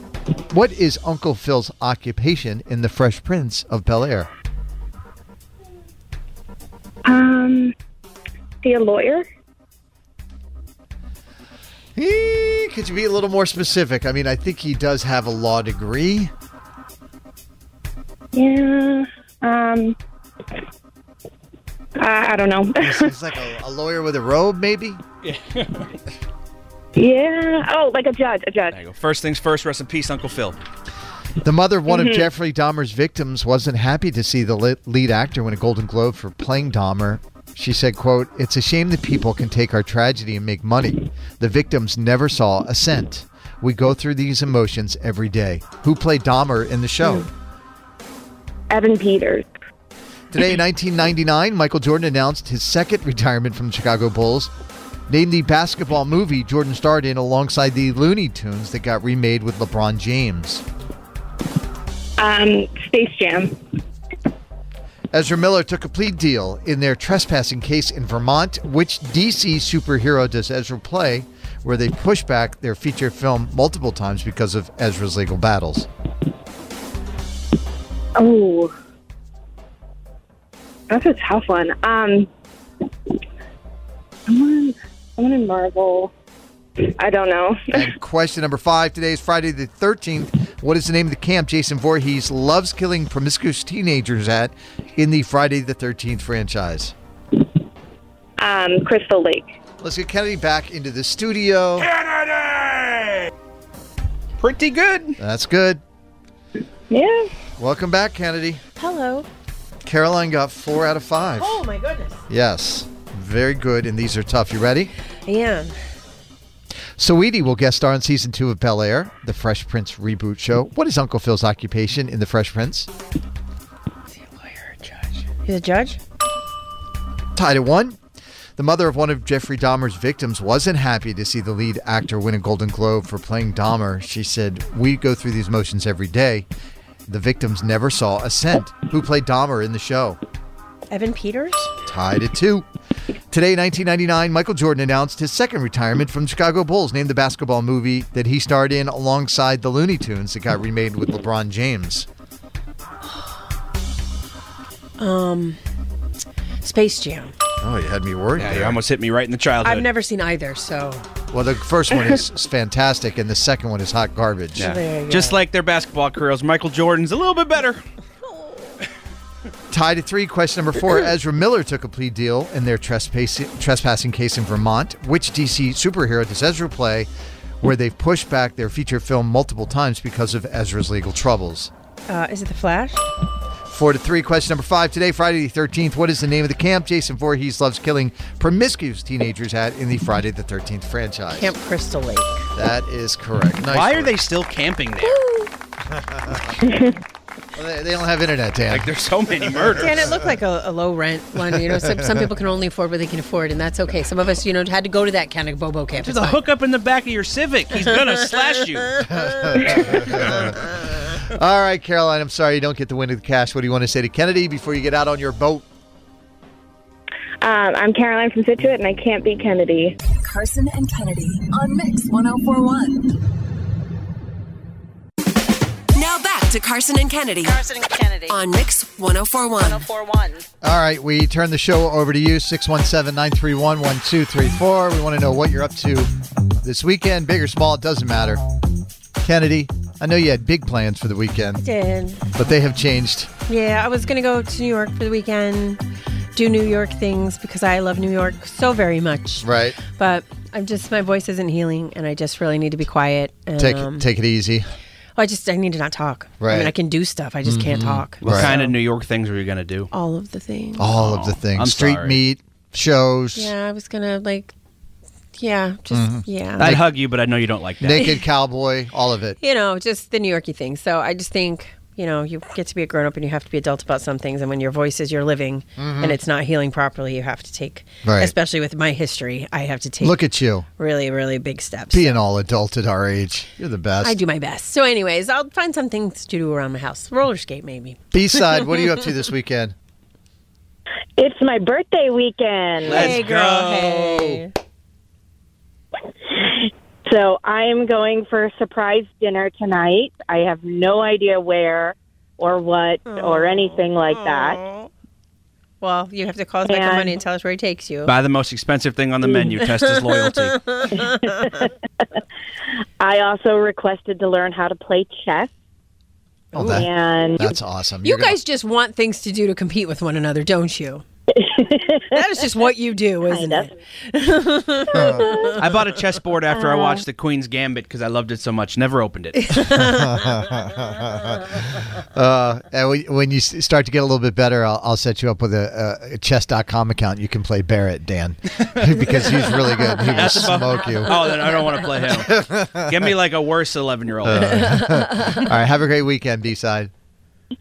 What is Uncle Phil's occupation in the Fresh Prince of Bel Air? Um, be a lawyer. Eh, Could you be a little more specific? I mean, I think he does have a law degree. Yeah. Um. I, I don't know. He's like a, a lawyer with a robe, maybe. yeah. Oh, like a judge. A judge. First things first, rest in peace, Uncle Phil. The mother of one Mhm. of Jeffrey Dahmer's victims wasn't happy to see the lit- lead actor win a Golden Globe for playing Dahmer. She said, quote, It's a shame that people can take our tragedy and make money. The victims never saw a cent. We go through these emotions every day. Who played Dahmer in the show? Evan Peters. Today, in 1999, Michael Jordan announced his second retirement from the Chicago Bulls. Named the basketball movie Jordan starred in alongside the Looney Tunes that got remade with LeBron James. Um, Space Jam. Ezra Miller took a plea deal in their trespassing case in Vermont. Which DC superhero does Ezra play? Where they push back their feature film multiple times because of Ezra's legal battles. Oh, that's a tough one. Um, someone, someone in Marvel. I don't know. And question number five today is Friday the 13th. What is the name of the camp Jason Voorhees loves killing promiscuous teenagers at in the Friday the 13th franchise? Um, Crystal Lake. Let's get Kennedy back into the studio. Pretty good. That's good. Yeah. Welcome back, Kennedy. Hello. Caroline got four out of five. Oh my goodness. Yes. Very good. And these are tough. You ready? I am. Saweetie will guest star in season two of Bel Air, the Fresh Prince reboot show. What is Uncle Phil's occupation in the Fresh Prince? He's a judge? Tied at one. The mother of one of Jeffrey Dahmer's victims wasn't happy to see the lead actor win a Golden Globe for playing Dahmer. She said, We go through these motions every day. The victims never saw a cent. Who played Dahmer in the show? Evan Peters? tied at two. Today, 1999, Michael Jordan announced his second retirement from the Chicago Bulls, named the basketball movie that he starred in alongside the Looney Tunes that got remade with LeBron James. Um, Space Jam. Oh, you had me worried. Yeah, there. you almost hit me right in the childhood. I've never seen either, so Well, the first one is is fantastic, and the second one is hot garbage. Yeah. Just like their basketball careers, Michael Jordan's a little bit better. Tied at three. Question number four. Ezra Miller took a plea deal in their trespassing, trespassing case in Vermont. Which DC superhero does Ezra play where they've pushed back their feature film multiple times because of Ezra's legal troubles? uh, is it The Flash? Four to three. Question number five today, Friday the 13th. What is the name of the camp Jason Voorhees loves killing promiscuous teenagers at in the Friday the 13th franchise? Camp Crystal Lake. That is correct. Nice Why work. are they still camping there? Well, they, they don't have internet, Dan. Like, there's so many murders. Dan, it looked like a, a low rent one. You know, some, some people can only afford what they can afford, and that's okay. Some of us, you know, had to go to that kind of Bobo camp. To It's the fine. hookup in the back of your Civic. He's gonna slash you. All right, Caroline, I'm sorry you don't get the win of the cash. What do you want to say to Kennedy before you get out on your boat? Um, I'm Caroline from Situate, and I can't beat Kennedy. Carson and Kennedy on Mix 1041. Now back to Carson and Kennedy. Carson and Kennedy. On Mix 1041. 1041. All right, we turn the show over to you, 617 931 1234. We want to know what you're up to this weekend, big or small, it doesn't matter. Kennedy, I know you had big plans for the weekend, Did. but they have changed. Yeah, I was going to go to New York for the weekend, do New York things because I love New York so very much. Right. But I'm just, my voice isn't healing and I just really need to be quiet. And, Take um, take it easy. I just, I need to not talk. I mean, Right. I can do stuff. I just can't Mhm. talk. What Right. kind of New York things were you gonna do? All of the things. All of the things. I'm Street sorry. meet, shows, Yeah, I was going to like, yeah, just, Mhm. yeah. I'd hug you, but I know you don't like that. naked cowboy, all of it. you know, just the New Yorky thing. So I just think, you know, you get to be a grown up and you have to be adult about some things. And when your voice is your living Mhm. and it's not healing properly, you have to take, Right. especially with my history, I have to take Look at you really, really big steps. being all adult at our age. You're the best. I do my best. So, anyways, I'll find some things to do around my house. Roller skate, maybe. B side, what are you up to this weekend? It's my birthday weekend. hey, girl. Hey. So I am going for a surprise dinner tonight. I have no idea where or what or anything like that. Well, you have to call us back on And- Monday and tell us where he takes you. Buy the most expensive thing on the menu. Test his loyalty. I also requested to learn how to play chess. Oh, that- and That's awesome. You You're gonna- guys just want things to do to compete with one another, don't you? that is just what you do, isn't it? I bought a chessboard after I watched the Queen's Gambit because I loved it so much. Never opened it. uh, and when- when you s- start to get a little bit better, I'll, I'll set you up with a, a chess.com account. You can play Barrett, Dan, because he's really good. He will That's about- smoke you. Oh, then I don't want to play him. Give me like a worse eleven-year-old. Uh-huh. Uh, all right. Have a great weekend, B side.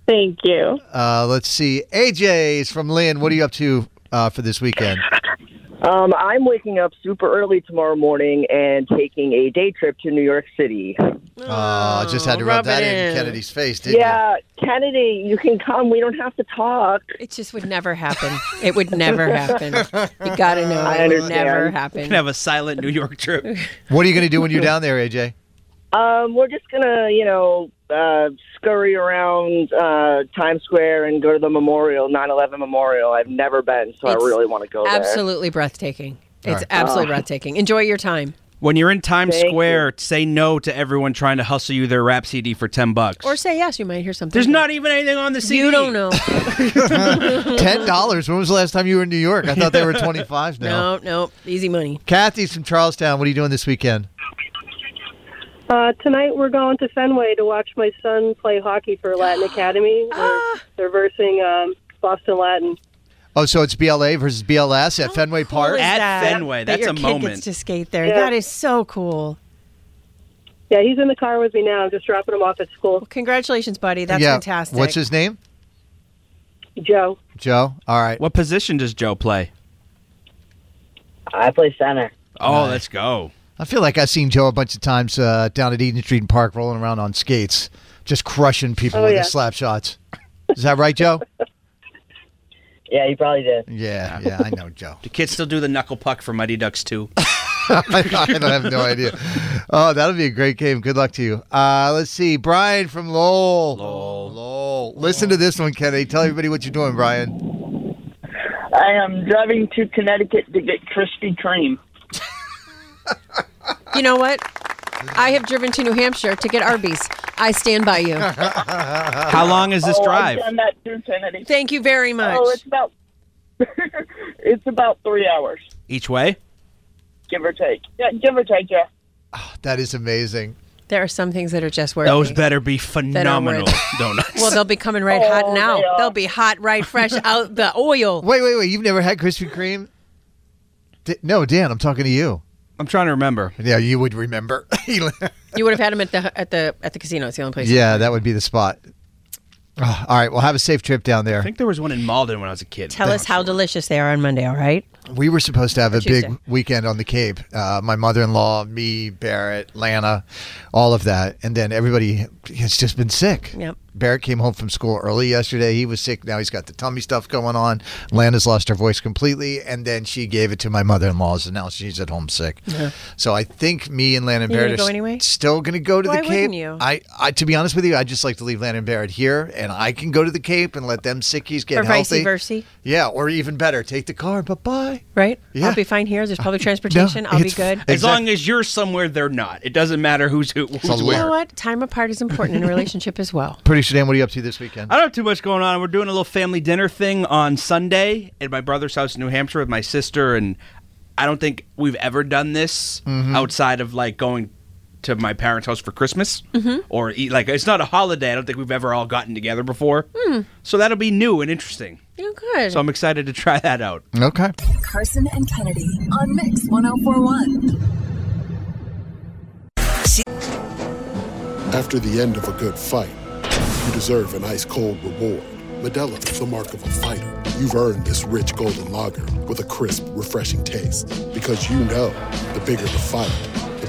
Thank you. Uh, let's see. AJ's from Lynn. What are you up to uh, for this weekend? Um, I'm waking up super early tomorrow morning and taking a day trip to New York City. Oh, just had to rub, rub it that in. in. Kennedy's face, didn't Yeah, Kennedy, you can come. We don't have to talk. It just would never happen. It would never happen. You gotta know I it would understand. never We happen. can have a silent New York trip. you? What are you going to do when you're down there, AJ? Um, we're just gonna, you know, uh, scurry around uh, Times Square and go to the memorial, 9/11 memorial. I've never been, so It's I really want to go there. Absolutely breathtaking. All It's right. absolutely Oh. breathtaking. Enjoy your time. When you're in Times Thank Square, say no to everyone trying to hustle you their rap CD for ten bucks. Or say yes, you might hear something. There's not even anything on the CD. You don't know. Ten dollars. When was the last time you were in New York? I thought they were twenty five now. No, no. Easy money. Kathy's from Charlestown. What are you doing this weekend? Uh, tonight we're going to Fenway to watch my son play hockey for Latin Academy. They're, Ah. they're versing um, Boston Latin. Oh, so it's BLA versus BLS Oh, at Fenway Park. At Fenway, that that's your a kid moment. Gets to skate there. Yeah. That is so cool. Yeah, he's in the car with me now. I'm just dropping him off at school. Congratulations, buddy. That's yeah. fantastic. What's his name? Joe. Joe. All right. What position does Joe play? I play center. Oh, Nice. let's go. I feel like I've seen Joe a bunch of times uh, down at Eden Street and Park, rolling around on skates, just crushing people Oh, with yeah. his slap shots. Is that right, Joe? Yeah, you probably did. Yeah, yeah, I know Joe. Do kids still do the knuckle puck for Mighty Ducks too? I don't- I have no idea. Oh, that'll be a great game. Good luck to you. Uh, let's see. Brian from Lowell. Lowell. Lowell. Listen to this one, Kennedy. Tell everybody what you're doing, Brian. I am driving to Connecticut to get Krispy Kreme. You know what? I have driven to New Hampshire to get Arby's. I stand by you. How long is this Oh, I've drive? done that too, Kennedy. Thank you very much. Oh, it's about it's about three hours, Each way? give or take. Yeah, give or take. Yeah. Oh, That is amazing. There are some things that are just worth Those it. better be That are worth phenomenal it. donuts. Well, they'll be coming right hot now. They will be hot right fresh out the oil. Wait, wait, wait. You've never had Krispy Kreme? D- no, Dan, I'm talking to you. I'm trying to remember. Yeah, you would remember. You would have had them at the at the at the casino. It's the only place. yeah, that would be the spot. Ah, all right. Well, have a safe trip down I there. think there was one in Malden when I was a kid. Tell us how delicious they are on Monday. All right. We were supposed to have a Tuesday. big weekend on the Cape. Uh, my mother in law, me, Barrett, Lana, all of that. And then everybody has just been sick. Yep. Barrett came home from school early yesterday. He was sick. Now he's got the tummy stuff going on. Lana's lost her voice completely. And then she gave it to my mother in laws, and now she's at home sick. Yeah. So I think me and Lana and You gonna Barrett go are s- anyway? still going to go to Why the Cape. wouldn't you? I, I, to be honest with you, I just like to leave Lana and Barrett here, and I can go to the Cape and let them sickies get Or vice healthy. versa. Yeah, or even better, take the car. Bye bye. okay. right? Yeah. Uh, I'll be fine here. There's public transportation. I'll be good. As long as you're somewhere, they're not. It doesn't matter who's who. Who's a where. You know what? Time apart is important in a relationship as well. Pretty sure, Dan, what are you up to this weekend? I don't have too much going on. We're doing a little family dinner thing on Sunday at my brother's house in New Hampshire with my sister, and I don't think we've ever done this Mhm. outside of like going to my parents' house for Christmas Mm-hmm. Mhm. or eat. Like it's not a holiday. I don't think we've ever all gotten together before, Hmm. so that'll be new and interesting. Oh, good. So I'm excited to try that out. Okay. Carson and Kennedy on Mix 1041. After the end of a good fight, you deserve an ice cold reward. Medella is the mark of a fighter. You've earned this rich golden lager with a crisp, refreshing taste. Because you know the bigger the fight, the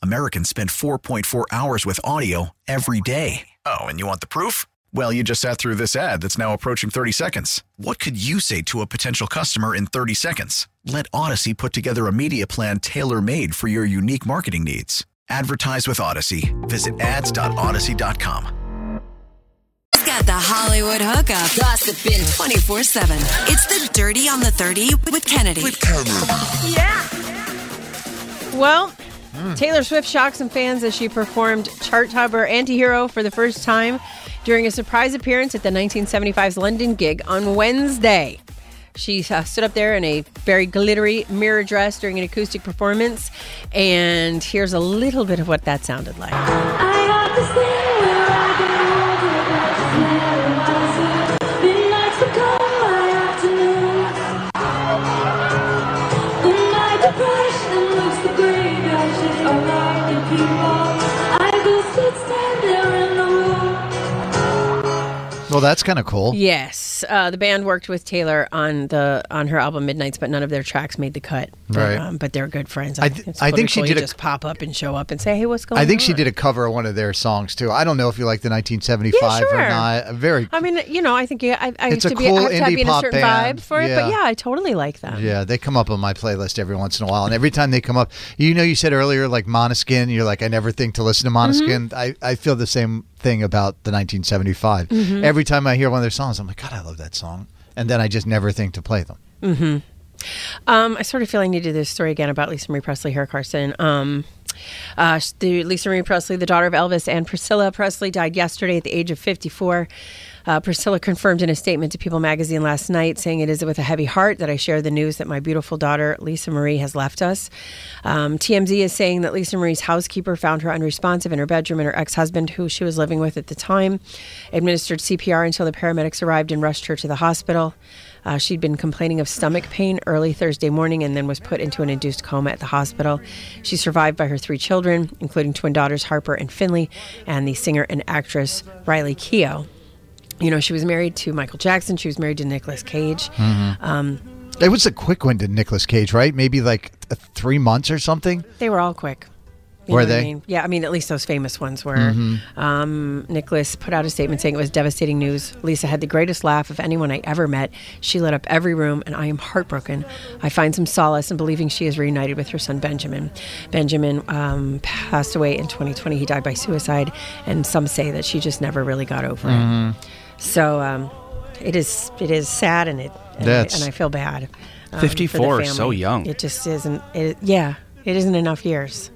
Americans spend 4.4 hours with audio every day. Oh, and you want the proof? Well, you just sat through this ad that's now approaching 30 seconds. What could you say to a potential customer in 30 seconds? Let Odyssey put together a media plan tailor made for your unique marketing needs. Advertise with Odyssey. Visit ads.odyssey.com. He's got the Hollywood hookup. Gossiping 24 7. It's the Dirty on the 30 with Kennedy. With Kennedy. Yeah. Well, Hmm. Taylor Swift shocked some fans as she performed chart topper Antihero for the first time during a surprise appearance at the 1975's London gig on Wednesday. She uh, stood up there in a very glittery mirror dress during an acoustic performance, and here's a little bit of what that sounded like. Well, that's kind of cool. Yes, uh, the band worked with Taylor on the on her album Midnight's, but none of their tracks made the cut. Right. um, but they're good friends. I th- it's I think totally she cool. did You a- just pop up and show up and say, "Hey, what's going on?" I think she did a cover of one of their songs too. I don't know if you like the 1975 Yeah, sure. or not. Very. I mean, you know, I think you, I, I have It's a to be, I cool have to indie be in a pop certain band. vibe for it, Yeah. but yeah, I totally like them. Yeah, they come up on my playlist every once in a while, and every time they come up, you know, you said earlier like Monoskin. You're like, I never think to listen to Monoskin. I, Mm-hmm. I feel the same thing about the 1975. Mhm. Every time I hear one of their songs, I'm like, God, I love that song, and then I just never think to play them. hmm Um, I sort of feel I need to do this story again about Lisa Marie Presley here, Carson. Um, uh, sh- the Lisa Marie Presley, the daughter of Elvis and Priscilla Presley, died yesterday at the age of 54. Uh, Priscilla confirmed in a statement to People magazine last night, saying, It is with a heavy heart that I share the news that my beautiful daughter, Lisa Marie, has left us. Um, TMZ is saying that Lisa Marie's housekeeper found her unresponsive in her bedroom, and her ex husband, who she was living with at the time, administered CPR until the paramedics arrived and rushed her to the hospital. Uh, she'd been complaining of stomach pain early Thursday morning and then was put into an induced coma at the hospital. She survived by her three children, including twin daughters Harper and Finley, and the singer and actress Riley Keough. You know, she was married to Michael Jackson. She was married to Nicolas Cage. Um, It was a quick one to Nicolas Cage, right? Maybe like th- three months or something. They were all quick. Were know what I they? mean? Yeah, I mean, at least those famous ones were. Mhm. Um, Nicholas put out a statement saying it was devastating news. Lisa had the greatest laugh of anyone I ever met. She lit up every room, and I am heartbroken. I find some solace in believing she is reunited with her son Benjamin. Benjamin um, passed away in 2020. He died by suicide, and some say that she just never really got over Mhm. it. So um, it is it is sad, and it and, That's- I, and I feel bad. um, for the 54 is so family. young. It just isn't. It, yeah, it isn't enough years.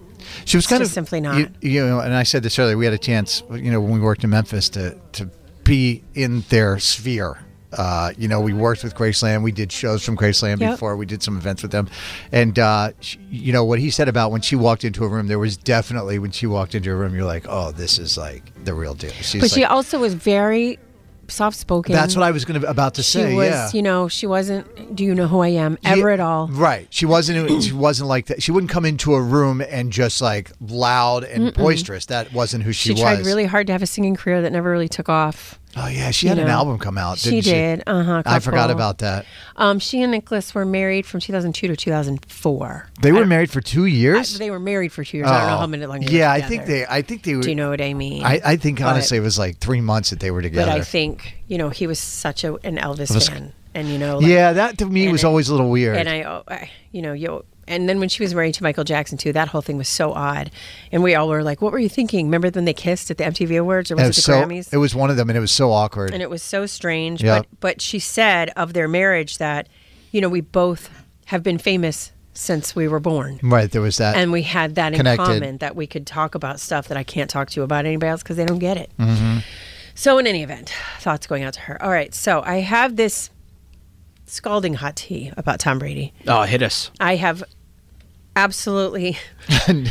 She was It's kind just of simply not. You, you know, and I said this earlier. We had a chance, you know, when we worked in Memphis to to be in their sphere. Uh, you know, we worked with Graceland. We did shows from Graceland Yep. before. We did some events with them, and uh, sh you know what he said about when she walked into a room. There was definitely when she walked into a room, you're like, oh, this is like the real deal. She's but she like- also was very soft spoken. that's what I was going to about to She say. was, yeah. Mm, you know, she wasn't. Do you know who I am? Ever at all? Right. She wasn't. She wasn't like that. She wouldn't come into a room and just like loud and Mm-mm. boisterous. That wasn't who she, She, was. tried really hard to have a singing career that never really took off. Oh yeah, she You had an know, album come out. she Didn't she did, uh-huh, I forgot couple. about that. Um, she and Nicholas were married from 2002 to 2004. They were married for two years. They were married for two years. I don't know Oh. how many longer. Yeah, they I were think together. they. I think they were. Do you know what I mean? I, I think But- honestly, it was like three months that they were But together. I think you know he was such a, an Elvis Elvis- fan, and you know, yeah, that to me and was I- always a little weird. And I, oh, I- you know, yo, and then when she was married to Michael Jackson too, that whole thing was so odd, and we all were like, "What were you thinking?" Remember when they kissed at the MTV Awards or was And it, it the was so. Grammys? It was one of them, and it was so awkward. And it was so strange. Yeah. But but she said of their marriage that, you know, we both have been famous since we were born. right, there was that. and we had that in connected. common that we could talk about stuff that I can't talk to you about anybody else because they don't get it. Mhm. So, in any event, thoughts going out to her. All right, so I have this scalding hot tea about Tom Brady. Oh, hit us. I have absolutely. I,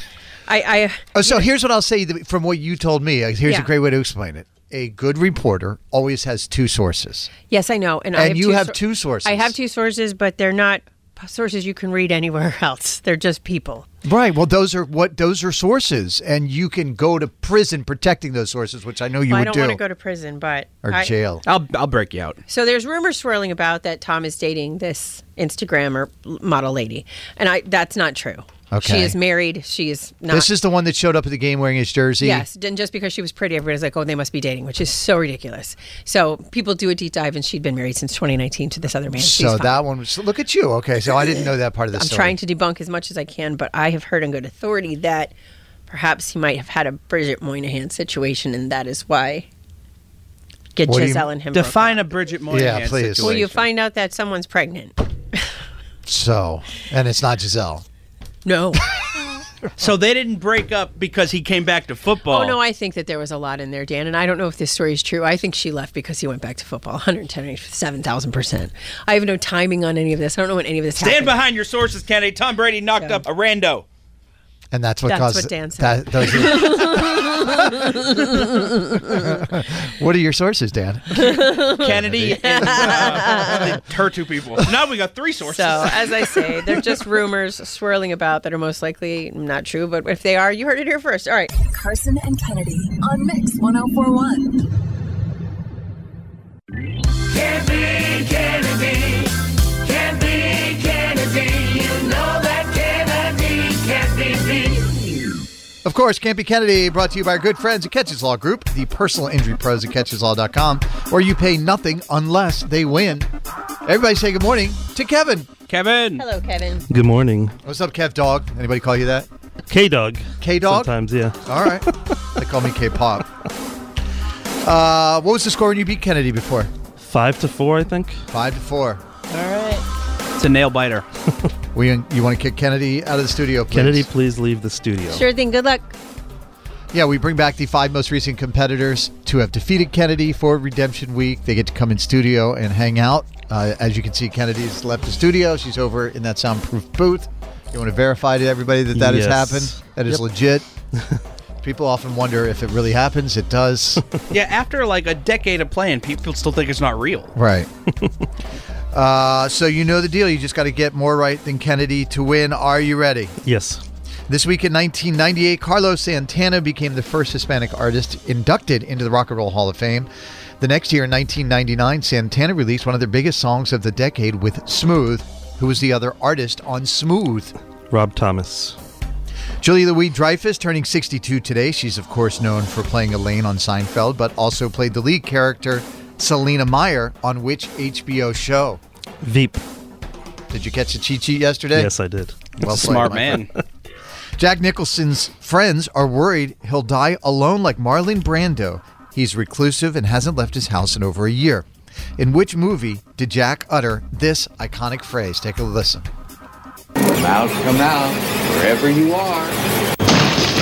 I Oh, so here's what I'll say th- from what you told me. Uh, Here's Yeah. a great way to explain it. A good reporter always has two sources. yes, I know, and, I And have you have sour- two sources. I have two sources, but they're not sources you can read anywhere else. They're just people. Right. Well, those are what those are sources, and you can go to prison protecting those sources, which I know you Well, I would don't do, want to go to prison, but or I- jail. I'll I'll break you out. So there's rumors swirling about that Tom is dating this Instagrammer model lady, and I that's not true. Okay. She is married. She is not. This is the one that showed up at the game wearing his jersey. yes, and just because she was pretty, everybody's like, "Oh, they must be dating," which is so ridiculous. So people do a deep dive, and she'd been married since 2019 to this other man. She's So fine. that one was. Look at you. Okay. So I didn't know that part of the I'm story. trying to debunk as much as I can, but I have heard on good authority that perhaps he might have had a Bridget Moynihan situation, and that is why. Get What do you- Giselle and him. broke Define up. a Bridget Moynihan Moynihan Yeah, please. Well, you situation. find out that someone's pregnant. So, and it's not Giselle. No. so they didn't break up because he came back to football. Oh no, I think that there was a lot in there, Dan, and I don't know if this story is true. I think she left because he went back to football. One hundred ten, seven thousand percent. I have no timing on any of this. I don't know when any of this Stand happened. behind your sources, Kennedy. Tom Brady knocked up a rando. And that's what That's caused what Dan said. that. Those are, what are your sources, Dan? Kennedy and uh, the- her two people. So now we got three sources. So, as I say, they're just rumors swirling about that are most likely not true. But if they are, you heard it here first. All right. Carson and Kennedy on Mix 1041. Kennedy, Kennedy, Kennedy, Kennedy, you know that Kennedy can't be beat. Of course, Campy Kennedy brought to you by our good friends at Catches Law Group, the personal injury pros at CatchesLaw.com, where you pay nothing unless they win. Everybody say good morning to Kevin. Kevin. Hello, Kevin. Good morning. What's up, Kev Dog? Anybody call you that? K Dog. K Dog? Sometimes, yeah. All right. they call me K Pop. Uh, what was the score when you beat Kennedy before? Five to four, I think. Five to four. All right. It's a nail biter. we, you want to kick Kennedy out of the studio, please? Kennedy, please leave the studio. Sure thing. Good luck. Yeah, we bring back the five most recent competitors to have defeated Kennedy for Redemption Week. They get to come in studio and hang out. Uh, as you can see, Kennedy's left the studio. She's over in that soundproof booth. You want to verify to everybody that that Yes. has happened. That is Yep. legit. People often wonder if it really happens. It does. Yeah, after like a decade of playing, people still think it's not real. right. uh, so you know the deal. You just got to get more right than Kennedy to win. Are you ready? Yes. This week in 1998, Carlos Santana became the first Hispanic artist inducted into the Rock and Roll Hall of Fame. The next year, in 1999, Santana released one of their biggest songs of the decade with Smooth, who was the other artist on Smooth. Rob Thomas. Julia Louis Dreyfus turning 62 today. She's, of course, known for playing Elaine on Seinfeld, but also played the lead character, Selena Meyer, on which HBO show? Veep. Did you catch the cheat sheet yesterday? Yes, I did. Well played, my friend. Jack Nicholson's friends are worried he'll die alone like Marlon Brando. He's reclusive and hasn't left his house in over a year. In which movie did Jack utter this iconic phrase? Take a listen. Come out, come out, wherever you are.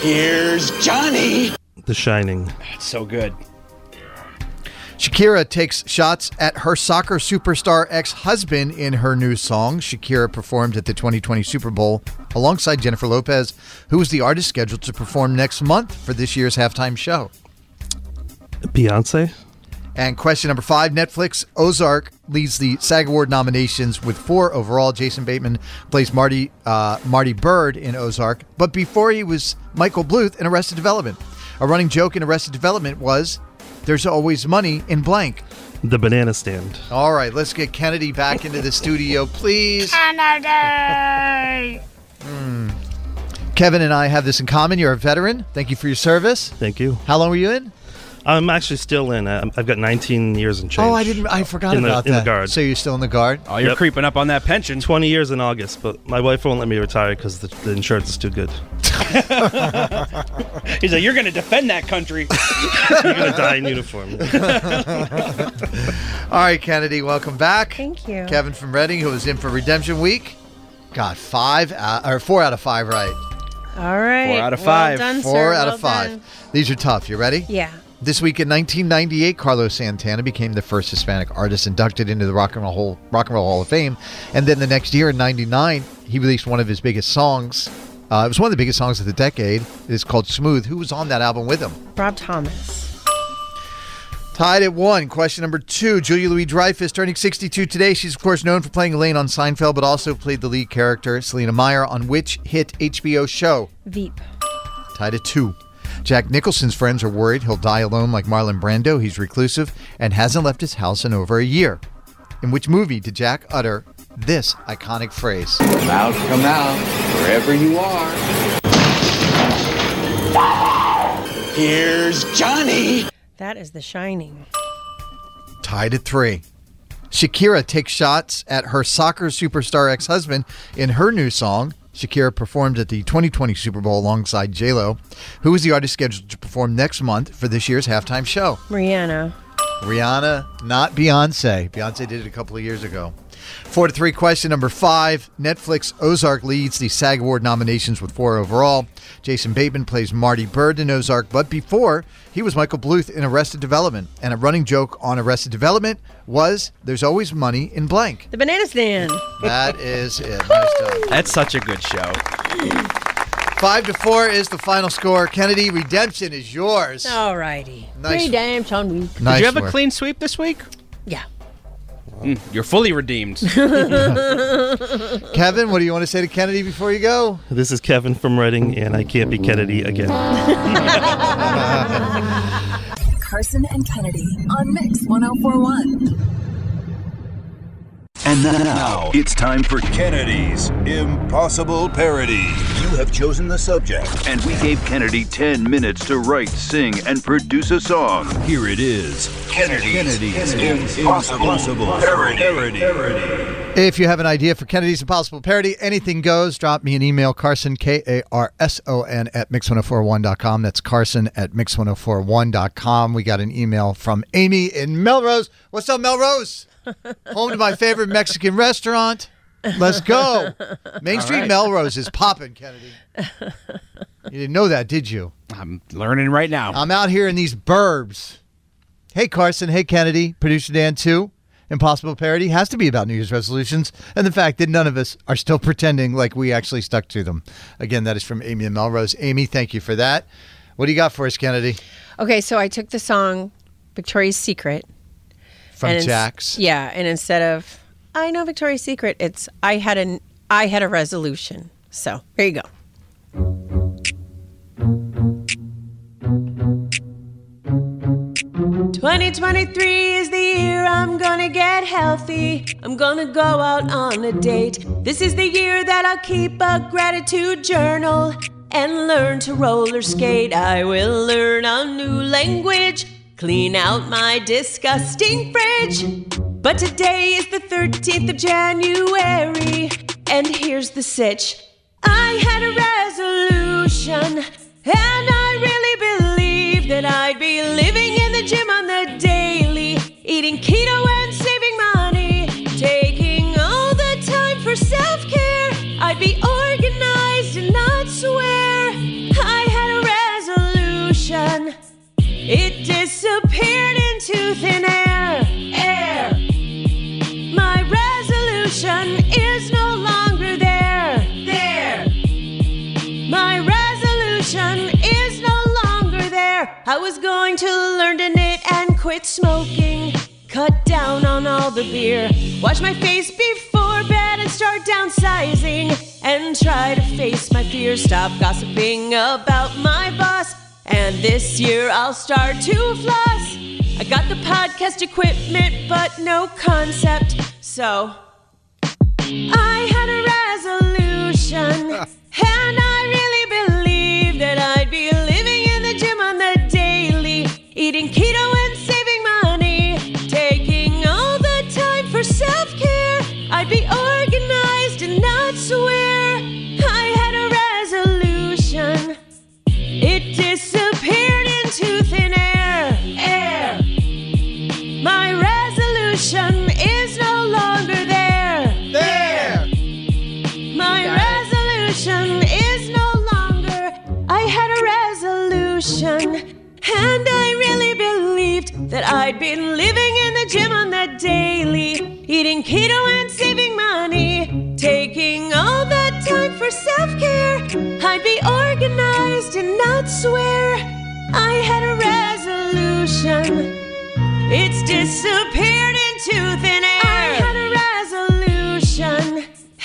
Here's Johnny. The Shining. That's so good. Shakira takes shots at her soccer superstar ex husband in her new song. Shakira performed at the 2020 Super Bowl alongside Jennifer Lopez, who is the artist scheduled to perform next month for this year's halftime show. Beyonce. And question number five Netflix Ozark leads the SAG Award nominations with four overall. Jason Bateman plays Marty uh, Marty Bird in Ozark, but before he was Michael Bluth in Arrested Development. A running joke in Arrested Development was, "There's always money in blank." The banana stand. All right, let's get Kennedy back into the studio, please. Hmm. Kevin and I have this in common. You're a veteran. Thank you for your service. Thank you. How long were you in? I'm actually still in. Um, I've got 19 years and change. Oh, I didn't. I forgot in the, about in that. the guard. So you're still in the guard? Oh, you're creeping up on that pension. 20 years in August, but my wife won't let me retire because the, the insurance is too good. He's like, you're going to defend that country. You're gonna die in uniform. All right, Kennedy, welcome back. Thank you. Kevin from Reading, who was in for Redemption Week, got five out, or four out of five right. All right. Well done, four sir. out Well of five. done. These are tough. You ready? Yeah. This week in 1998, Carlos Santana became the first Hispanic artist inducted into the Rock and Roll Hall- Rock and Roll Hall of Fame, and then the next year in '99, he released one of his biggest songs. Uh, it was one of the biggest songs of the decade. It's called "Smooth." Who was on that album with him? Rob Thomas. Tied at one. Question number two. Julia Louis Dreyfus turning 62 today. She's, of course, known for playing Elaine on Seinfeld, but also played the lead character, Selena Meyer, on which hit HBO show? Veep. Tied at two. Jack Nicholson's friends are worried he'll die alone like Marlon Brando. He's reclusive and hasn't left his house in over a year. In which movie did Jack utter this iconic phrase? Come out, come out, wherever you are. Here's Johnny. That is The Shining. Tied at three. Shakira takes shots at her soccer superstar ex husband in her new song. Shakira performed at the 2020 Super Bowl alongside JLo, who is the artist scheduled to perform next month for this year's halftime show. Rihanna. Rihanna, not Beyonce. Beyonce did it a couple of years ago. Four to three question number five. Netflix Ozark leads the SAG Award nominations with four overall. Jason Bateman plays Marty Bird in Ozark, but before he was Michael Bluth in Arrested Development. And a running joke on Arrested Development was there's always money in blank. The Banana Stand. That is it. Nice done. That's such a good show. Five to four is the final score. Kennedy, redemption is yours. All righty. Nice. Redemption week. Nice Did you have work. a clean sweep this week? Yeah. Mm, you're fully redeemed. Kevin, what do you want to say to Kennedy before you go? This is Kevin from Reading, and I can't be Kennedy again. Carson and Kennedy on Mix 1041. And now it's time for Kennedy's Impossible Parody. You have chosen the subject, and we gave Kennedy 10 minutes to write, sing, and produce a song. Here it is Kennedy's, Kennedy's Impossible, Impossible Parody. Parody. If you have an idea for Kennedy's Impossible Parody, anything goes, drop me an email, Carson, K A R S O N, at mix1041.com. That's Carson at mix1041.com. We got an email from Amy in Melrose. What's up, Melrose? Home to my favorite Mexican restaurant. Let's go. Main All Street right. Melrose is popping, Kennedy. You didn't know that, did you? I'm learning right now. I'm out here in these burbs. Hey, Carson. Hey, Kennedy. Producer Dan, too. Impossible Parody has to be about New Year's resolutions and the fact that none of us are still pretending like we actually stuck to them. Again, that is from Amy and Melrose. Amy, thank you for that. What do you got for us, Kennedy? Okay, so I took the song Victoria's Secret. From and ins- Jax. Yeah, and instead of I know Victoria's Secret, it's I had an I had a resolution. So there you go. Twenty twenty three is the year I'm gonna get healthy. I'm gonna go out on a date. This is the year that I'll keep a gratitude journal and learn to roller skate. I will learn a new language, clean out my disgusting fridge. But today is the 13th of January, and here's the sitch. I had a resolution, and I really believed that I'd be living in the gym on the daily, eating keto and saving money, taking all the time for self care. I'd be organized and not swear. I had a resolution, it disappeared into thin air. Air. My resolution is no longer there. There. My resolution is no longer there. I was going to learn to knit and quit smoking. Cut down on all the beer. Wash my face before bed and start downsizing. And try to face my fears. Stop gossiping about my boss. And this year I'll start to floss. I got the podcast equipment, but no concept. So I had a resolution, and I really believe that I'd be living in the gym on the daily, eating keto and saving money, taking all the time for self care. I'd be organized and not swear. I had a resolution, it disappeared into thin air. Air. My resolution is no longer there. There. My resolution is no longer. I had a resolution, and I really believed that I'd been living in the gym on the daily, eating keto and saving money, taking all that time for self care. I'd be organized and not swear. I had a resolution. It's disappeared into thin air. I had a resolution, and I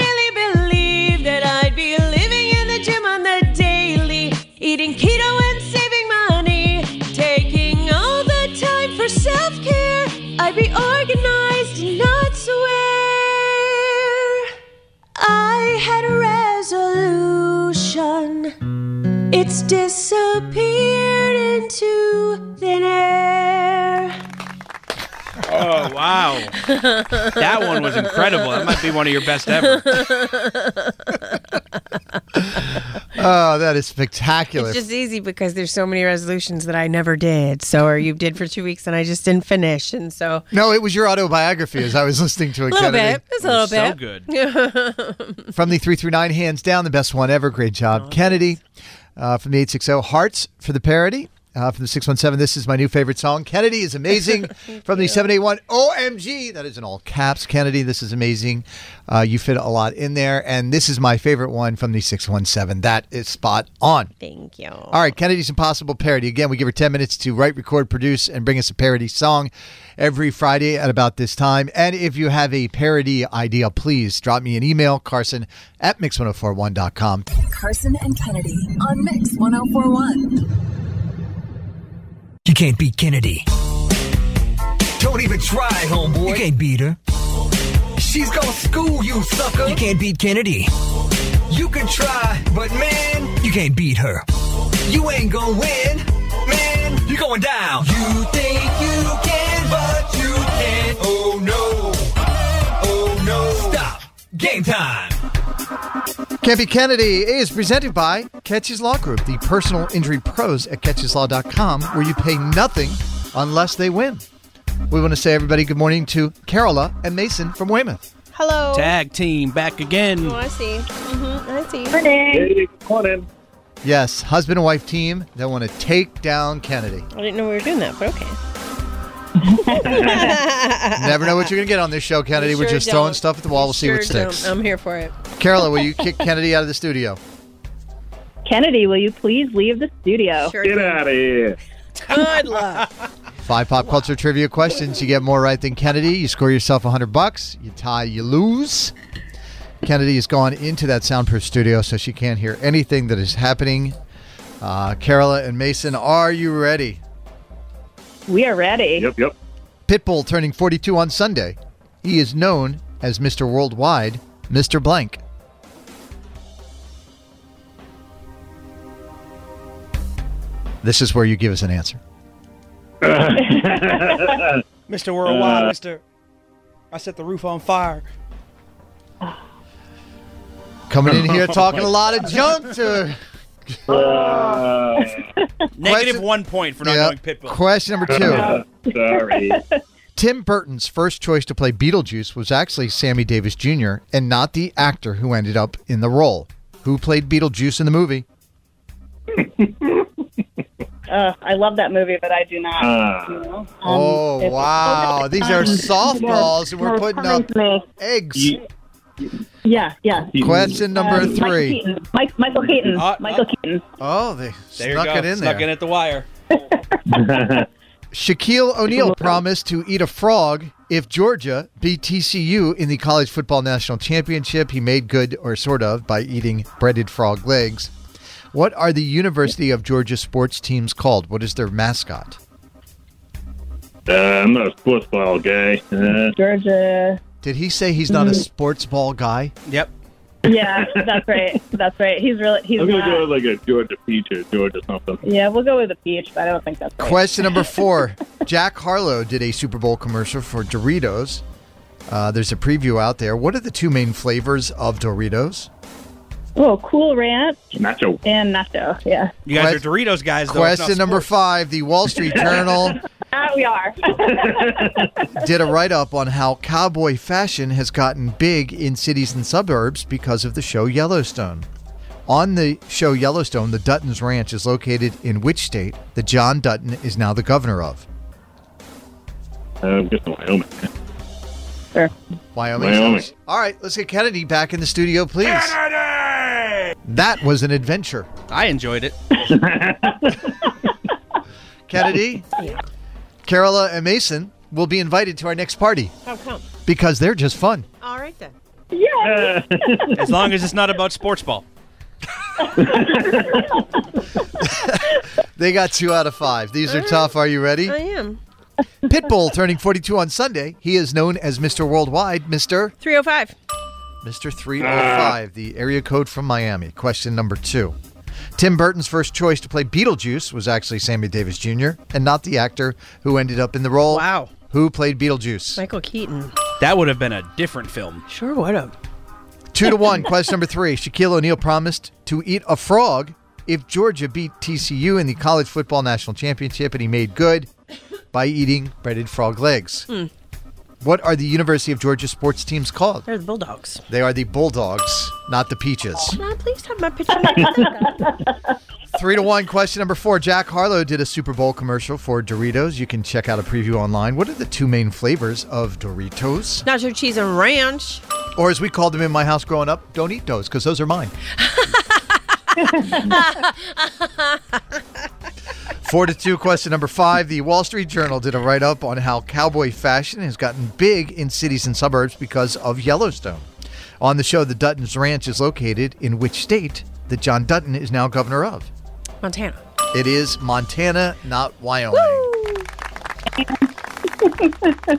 really believe that I'd be living in the gym on the daily, eating keto and saving money, taking all the time for self care. I'd be organized, and not swear. I had a resolution. It's disappeared into thin air. Oh wow, that one was incredible. That might be one of your best ever. Oh, that is spectacular. It's just easy because there's so many resolutions that I never did. So, or you did for two weeks and I just didn't finish. And so, no, it was your autobiography as I was listening to a it. little Kennedy. bit. It's a little bit. From the 339, hands down, the best one ever. Great job, Kennedy. Uh, from the 860, hearts for the parody. Uh, from the 617, this is my new favorite song. Kennedy is amazing. from the 781, OMG. That is in all caps. Kennedy, this is amazing. Uh, you fit a lot in there. And this is my favorite one from the 617. That is spot on. Thank you. All right, Kennedy's Impossible Parody. Again, we give her 10 minutes to write, record, produce, and bring us a parody song every Friday at about this time. And if you have a parody idea, please drop me an email, carson at mix1041.com. Carson and Kennedy on Mix 1041. You can't beat Kennedy. Don't even try, homeboy. You can't beat her. She's gonna school you, sucker. You can't beat Kennedy. You can try, but man, you can't beat her. You ain't gonna win, man. You're going down. You think you can, but you can't. Oh no. Oh no. Stop. Game time. Campy Kennedy is presented by Catches Law Group, the personal injury pros at catcheslaw.com, where you pay nothing unless they win. We want to say, everybody, good morning to Carola and Mason from Weymouth. Hello. Tag team back again. Oh, I see. Mm-hmm. I see. morning. Yes, husband and wife team that want to take down Kennedy. I didn't know we were doing that, but okay. Never know what you're going to get on this show, Kennedy. You We're sure just throwing don't. stuff at the wall. You We'll see sure what sticks. don't. I'm here for it. Carola, will you kick Kennedy out of the studio? Kennedy, will you please leave the Oh, studio? of here. Good luck. Five pop culture trivia questions. You get more right than Kennedy. You score yourself 100 bucks. You tie, you lose. Kennedy has gone into that soundproof studio, so she can't hear anything that is happening. Uh, Carola and Mason, are you ready? We are ready. Yep, yep. Pitbull turning 42 on Sunday. He is known as Mr. Worldwide, Mr. Blank. This is where you give us an answer. Mr. Worldwide, Uh, Mr. I set the roof on fire. Coming in here talking a lot of junk to. Negative one point for not Yeah. knowing Pitbull. Question number Oh, two. Tim Burton's first choice to play Beetlejuice was actually Sammy Davis Jr. and not the actor who ended up in the role. Who played Beetlejuice in the movie? Uh, I love that movie, but I do not. Ah. you know? Um, oh it's- wow! These are Um, softballs, and we're no, putting up me. eggs. Yeah, yeah. Question number Um, Michael three. Keaton. Mike, Michael Keaton. Uh, Michael Keaton. Oh, they There snuck you go. it in Snuck there. in at the wire. Shaquille O'Neal promised to eat a frog if Georgia beat TCU in the college football national championship. He made good, or sort of, by eating breaded frog legs. What are the University of Georgia sports teams called? What is their mascot? Uh, I'm not a sports ball guy. Uh, Georgia. Mm-hmm. Did he say he's not a sports ball guy? Yep. Yeah, that's right. That's right. He's really he's I'm gonna not. go with like a Georgia peach or Georgia something. yeah, we'll go with a peach, but I don't think that's right. Question number four. Jack Harlow did a Super Bowl commercial for Doritos. Uh, there's a preview out there. What are the two main flavors of Doritos? Oh, cool ranch Nacho. and nacho. Yeah. You guys are Doritos guys. Though. It's not Question number sports. five. The Wall Street Journal Ah, we are. did a write up on how cowboy fashion has gotten big in cities and suburbs because of the show Yellowstone. On the show Yellowstone, the Dutton's Ranch is located in which state that John Dutton is now the governor of? Uh, I'm guessing Wyoming. Sure. Wyoming. Wyoming. All right, let's get Kennedy back in the studio, please. That was an adventure. I enjoyed it. Kennedy, Carola, and Mason will be invited to our next party How come? because they're just fun. All right then. Yeah. as long as it's not about sports ball. They got two out of five. These are tough. Are you ready? I am. Pitbull turning 42 on Sunday. He is known as Mr. Worldwide, Mr. 305. Mr. 305, the area code from Miami. Question number two. Tim Burton's first choice to play Beetlejuice was actually Sammy Davis Jr. and not the actor who ended up in the role. Wow. Who played Beetlejuice? Michael Keaton. That would have been a different film. Sure would have. Two to one. Question number three. Shaquille O'Neal promised to eat a frog if Georgia beat TCU in the college football national championship, and he made good by eating breaded frog legs. Hmm. What are the University of Georgia sports teams called? They're the Bulldogs. They are the Bulldogs, not the Peaches. Can I please have my picture? Three to one. Question number four. Jack Harlow did a Super Bowl commercial for Doritos. You can check out a preview online. What are the two main flavors of Doritos? Nacho cheese and ranch. Or as we called them in my house growing up, don't eat those because those are mine. Four to two. Question number five. The Wall Street Journal did a write up on how cowboy fashion has gotten big in cities and suburbs because of Yellowstone. On the show, the Dutton's Ranch is located in which state that John Dutton is now governor of? Montana. It is Montana, not Wyoming. I mean,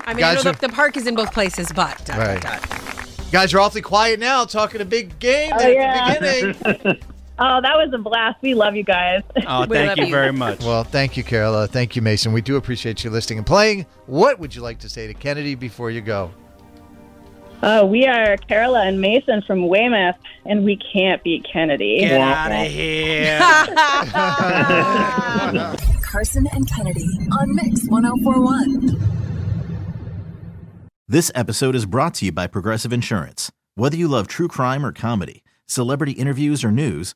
I know Guys, the, the park is in both places, but uh, dot, Right. dot, dot. Guys are awfully quiet now, talking a big game Oh, at yeah. the beginning. oh, that was a blast. We love you guys. Oh, much. Well, thank you, Carola. Thank you, Mason. We do appreciate you listening and playing. What would you like to say to Kennedy before you go? Oh, we are Carola and Mason from Weymouth, and we can't beat Kennedy. Get outta here. Carson and Kennedy on Mix 1041. This episode is brought to you by Progressive Insurance. Whether you love true crime or comedy, celebrity interviews or news,